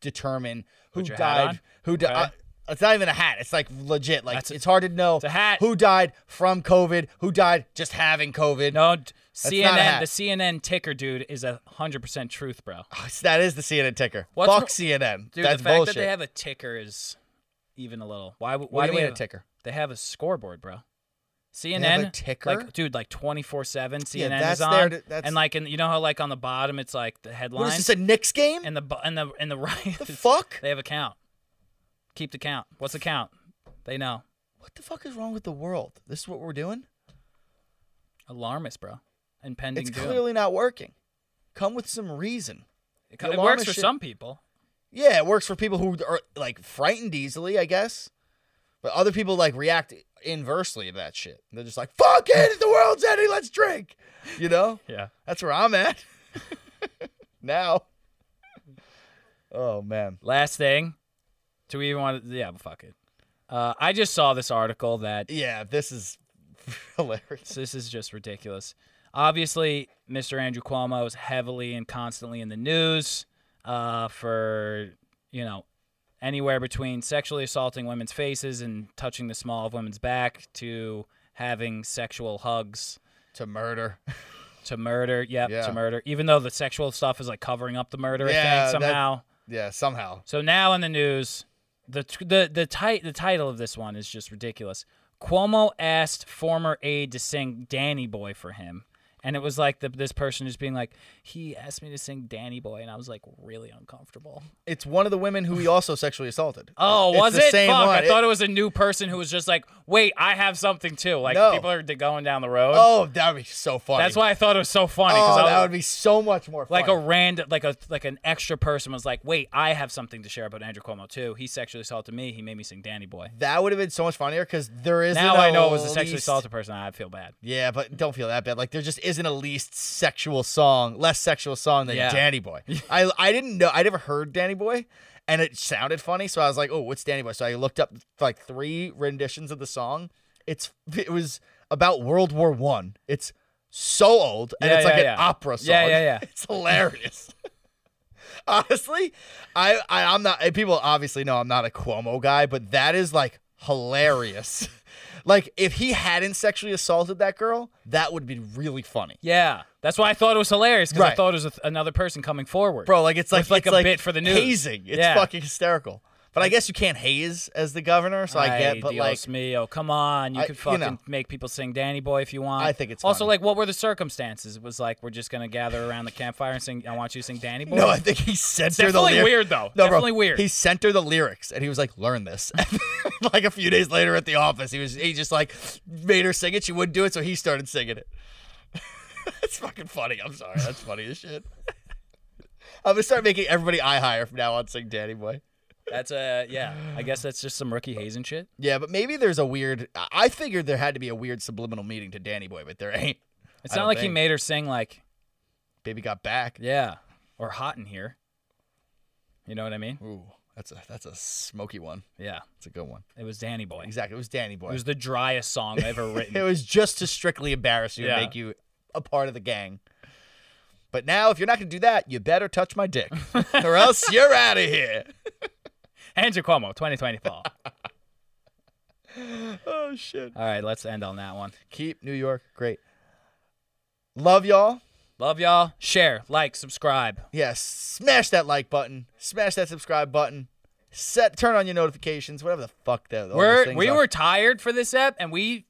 determine who
your hat
died.
on?
Who died?
Okay.
it's not even a hat. It's like legit. Like
That's a-
it's hard to know
a hat.
who died from COVID, who died just having COVID.
No, d-
not a
CNN,
hat.
the CNN ticker dude is a hundred percent truth, bro.
that is the CNN ticker.
What's
Fuck
mo-
CNN.
Dude,
Ah, That's
the fact
bullshit.
that they have a ticker is even a little. Why? w-
What
Why
do you
we
mean
have
a ticker?
They have a scoreboard, bro. CNN
ticker?
like dude, like twenty four seven. CNN
that's
is on,
there to- that's-
and like, and you know how like on the bottom it's like the headline,
what is this a Knicks game?
and the bu- and the and the right.
the fuck?
They have a count. Keep the count. What's the count? They know.
What the fuck is wrong with the world? This is what we're doing?
Alarmist, bro. And pending
It's
doom.
clearly not working. Come with some reason.
it,
the
it works
alarmist
for
shit-
some people.
Yeah, it works for people who are like frightened easily, I guess. But other people like react inversely to that shit. They're just like, fuck it, the world's ending, let's drink. You know?
Yeah.
That's where I'm at. now. Oh man.
Last thing. Do we even want to? Yeah, fuck it. Uh, I just saw this article that
Yeah, this is hilarious.
this is just ridiculous. Obviously, Mr. Andrew Cuomo is heavily and constantly in the news uh, for you know anywhere between sexually assaulting women's faces and touching the small of women's back to having sexual hugs
To murder.
to murder. Yep,
Yeah.
to murder. Even though the sexual stuff is like covering up the murder,
Yeah,
I
that-
think somehow.
Yeah, somehow.
So now in the news, the t- the the, ti- the title of this one is just ridiculous. Cuomo asked former aide to sing Danny Boy for him. And it was like the, this person just being like, he asked me to sing Danny Boy, and I was like really uncomfortable.
It's one of the women who he also sexually assaulted.
Oh,
It's
was
the
it?
Same
Fuck,
one.
I thought it was a new person who was just like, wait, I have something too. Like
No.
people are d- going down the road.
Oh, that would be so funny.
That's why I thought it was so funny
Oh,
because I was
that would be so much more
like
funny.
a random like a like an extra person was like, wait, I have something to share about Andrew Cuomo too. He sexually assaulted me. He made me sing Danny Boy.
That would have been so much funnier because there is
now I know it was a sexually
least...
assaulted person. I feel bad.
Yeah, but don't feel that bad. Like there just isn't a least sexual song, less sexual song than
Yeah.
Danny Boy. I I didn't know. I never heard Danny Boy, and it sounded funny, so I was like, oh, what's Danny Boy? So I looked up like three renditions of the song. It's it was about World War One. It's so old, and
Yeah,
it's like
yeah,
an
yeah.
opera song.
Yeah, yeah, yeah.
It's hilarious. Honestly, I, I I'm not. and People obviously know I'm not a Cuomo guy, but that is like hilarious. like if he hadn't sexually assaulted that girl, that would be really funny,
Yeah, that's why I thought it was hilarious because I
Right.
thought it was a th- another person coming forward.
bro. Like it's like
With, like,
it's
a bit for the news.
Hazing. It's
Yeah.
fucking hysterical. But I guess you can't haze as the governor, so I
Ay,
get. But like,
Dios mio, come on, you
I-
could
you
fucking
know.
make people sing Danny Boy if you want.
I think it's
also
funny.
like, what were the circumstances? It was like we're just gonna gather around the campfire and sing. I want you to sing Danny Boy.
no, I think he sent her the
Oh. definitely
lyrics.
weird, though.
No,
Definitely
bro,
weird.
He sent her the lyrics, and he was like, "Learn this." like a few days later at the office, he was he just like made her sing it. She wouldn't do it, so he started singing it. That's fucking funny. I'm sorry. That's funny as shit. I'm gonna start making everybody eye higher from now on. Sing Danny Boy.
that's a yeah. I guess that's just some rookie hazing shit.
Yeah, but maybe there's a weird. I- I figured there had to be a weird subliminal meeting to Danny Boy, but there ain't.
It's
I
not
don't
like he
think.
made her sing like
Baby got back.
yeah or hot in here. You know what I mean?
Ooh, that's a that's a smoky one.
Yeah,
That's a good one.
it was Danny Boy.
Exactly. It was Danny Boy.
It was the driest song ever written.
It was just to strictly embarrass you
Yeah.
and make you a part of the gang. But now, if you're not going to do that, you better touch my dick, or else you're out of here.
Andrew Cuomo, 2020 fall.
Oh shit!
All right, let's end on that one.
Keep New York great. Love y'all.
Love y'all. Share, like, subscribe.
Yes, smash that like button. Smash that subscribe button. Set turn on your notifications. Whatever the fuck that. all those
We're
things
we
are.
were tired for this ep, and we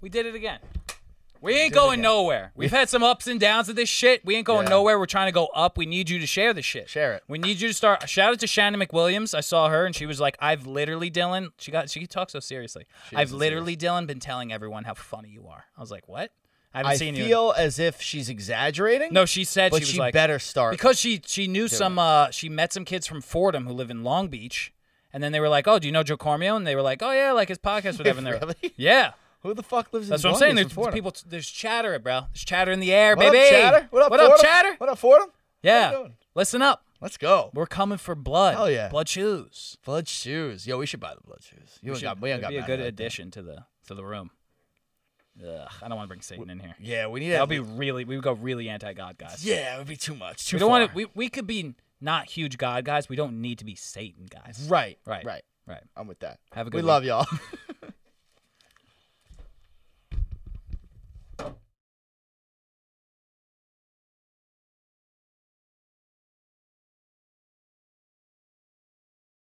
we did it again. We ain't going nowhere. We've had some ups and downs of this shit. We ain't going
Yeah.
nowhere. We're trying to go up. We need you to share this shit.
Share it.
We need you to start. Shout out to Shannon McWilliams. I saw her and she was like, "I've literally Dylan." She got she talks so seriously. I've literally Dylan been telling everyone how funny you are. I was like, "What?" I haven't
I
seen you. in-
feel as if she's exaggerating.
No, she said
but
she
she,
was like,
better start.
because she she knew some uh she met some kids from Fordham who live in Long Beach and then they were like, "Oh, do you know Joe Cormio?" and they were like, "Oh yeah, like his podcast whatever." And they were,
Really?
Yeah.
who the fuck lives
That's
in
what I'm
Long
saying.
Beach
There's
from Fordham?
people there's chatter, bro. There's chatter in the air,
What
baby.
up, chatter? What up?
What up,
Fordham?
chatter?
What up, Fordham? How you
Yeah.
doing?
Listen up.
Let's go.
We're coming for blood.
Hell yeah.
Blood shoes.
Blood shoes. Yo, we should buy the blood shoes. You ain't got, we ain't
It'd
got
be a
money
good
like that.
addition to the to the room. Ugh, I don't want to bring Satan in here.
Yeah, we need
That'll
to
be really we would go really anti-god guys.
Yeah, it would be too much. Too
we don't
far.
want to we, we could be not huge god guys. We don't need to be Satan guys.
Right.
Right.
Right.
Right.
I'm with that.
Have a good
We
week.
love y'all.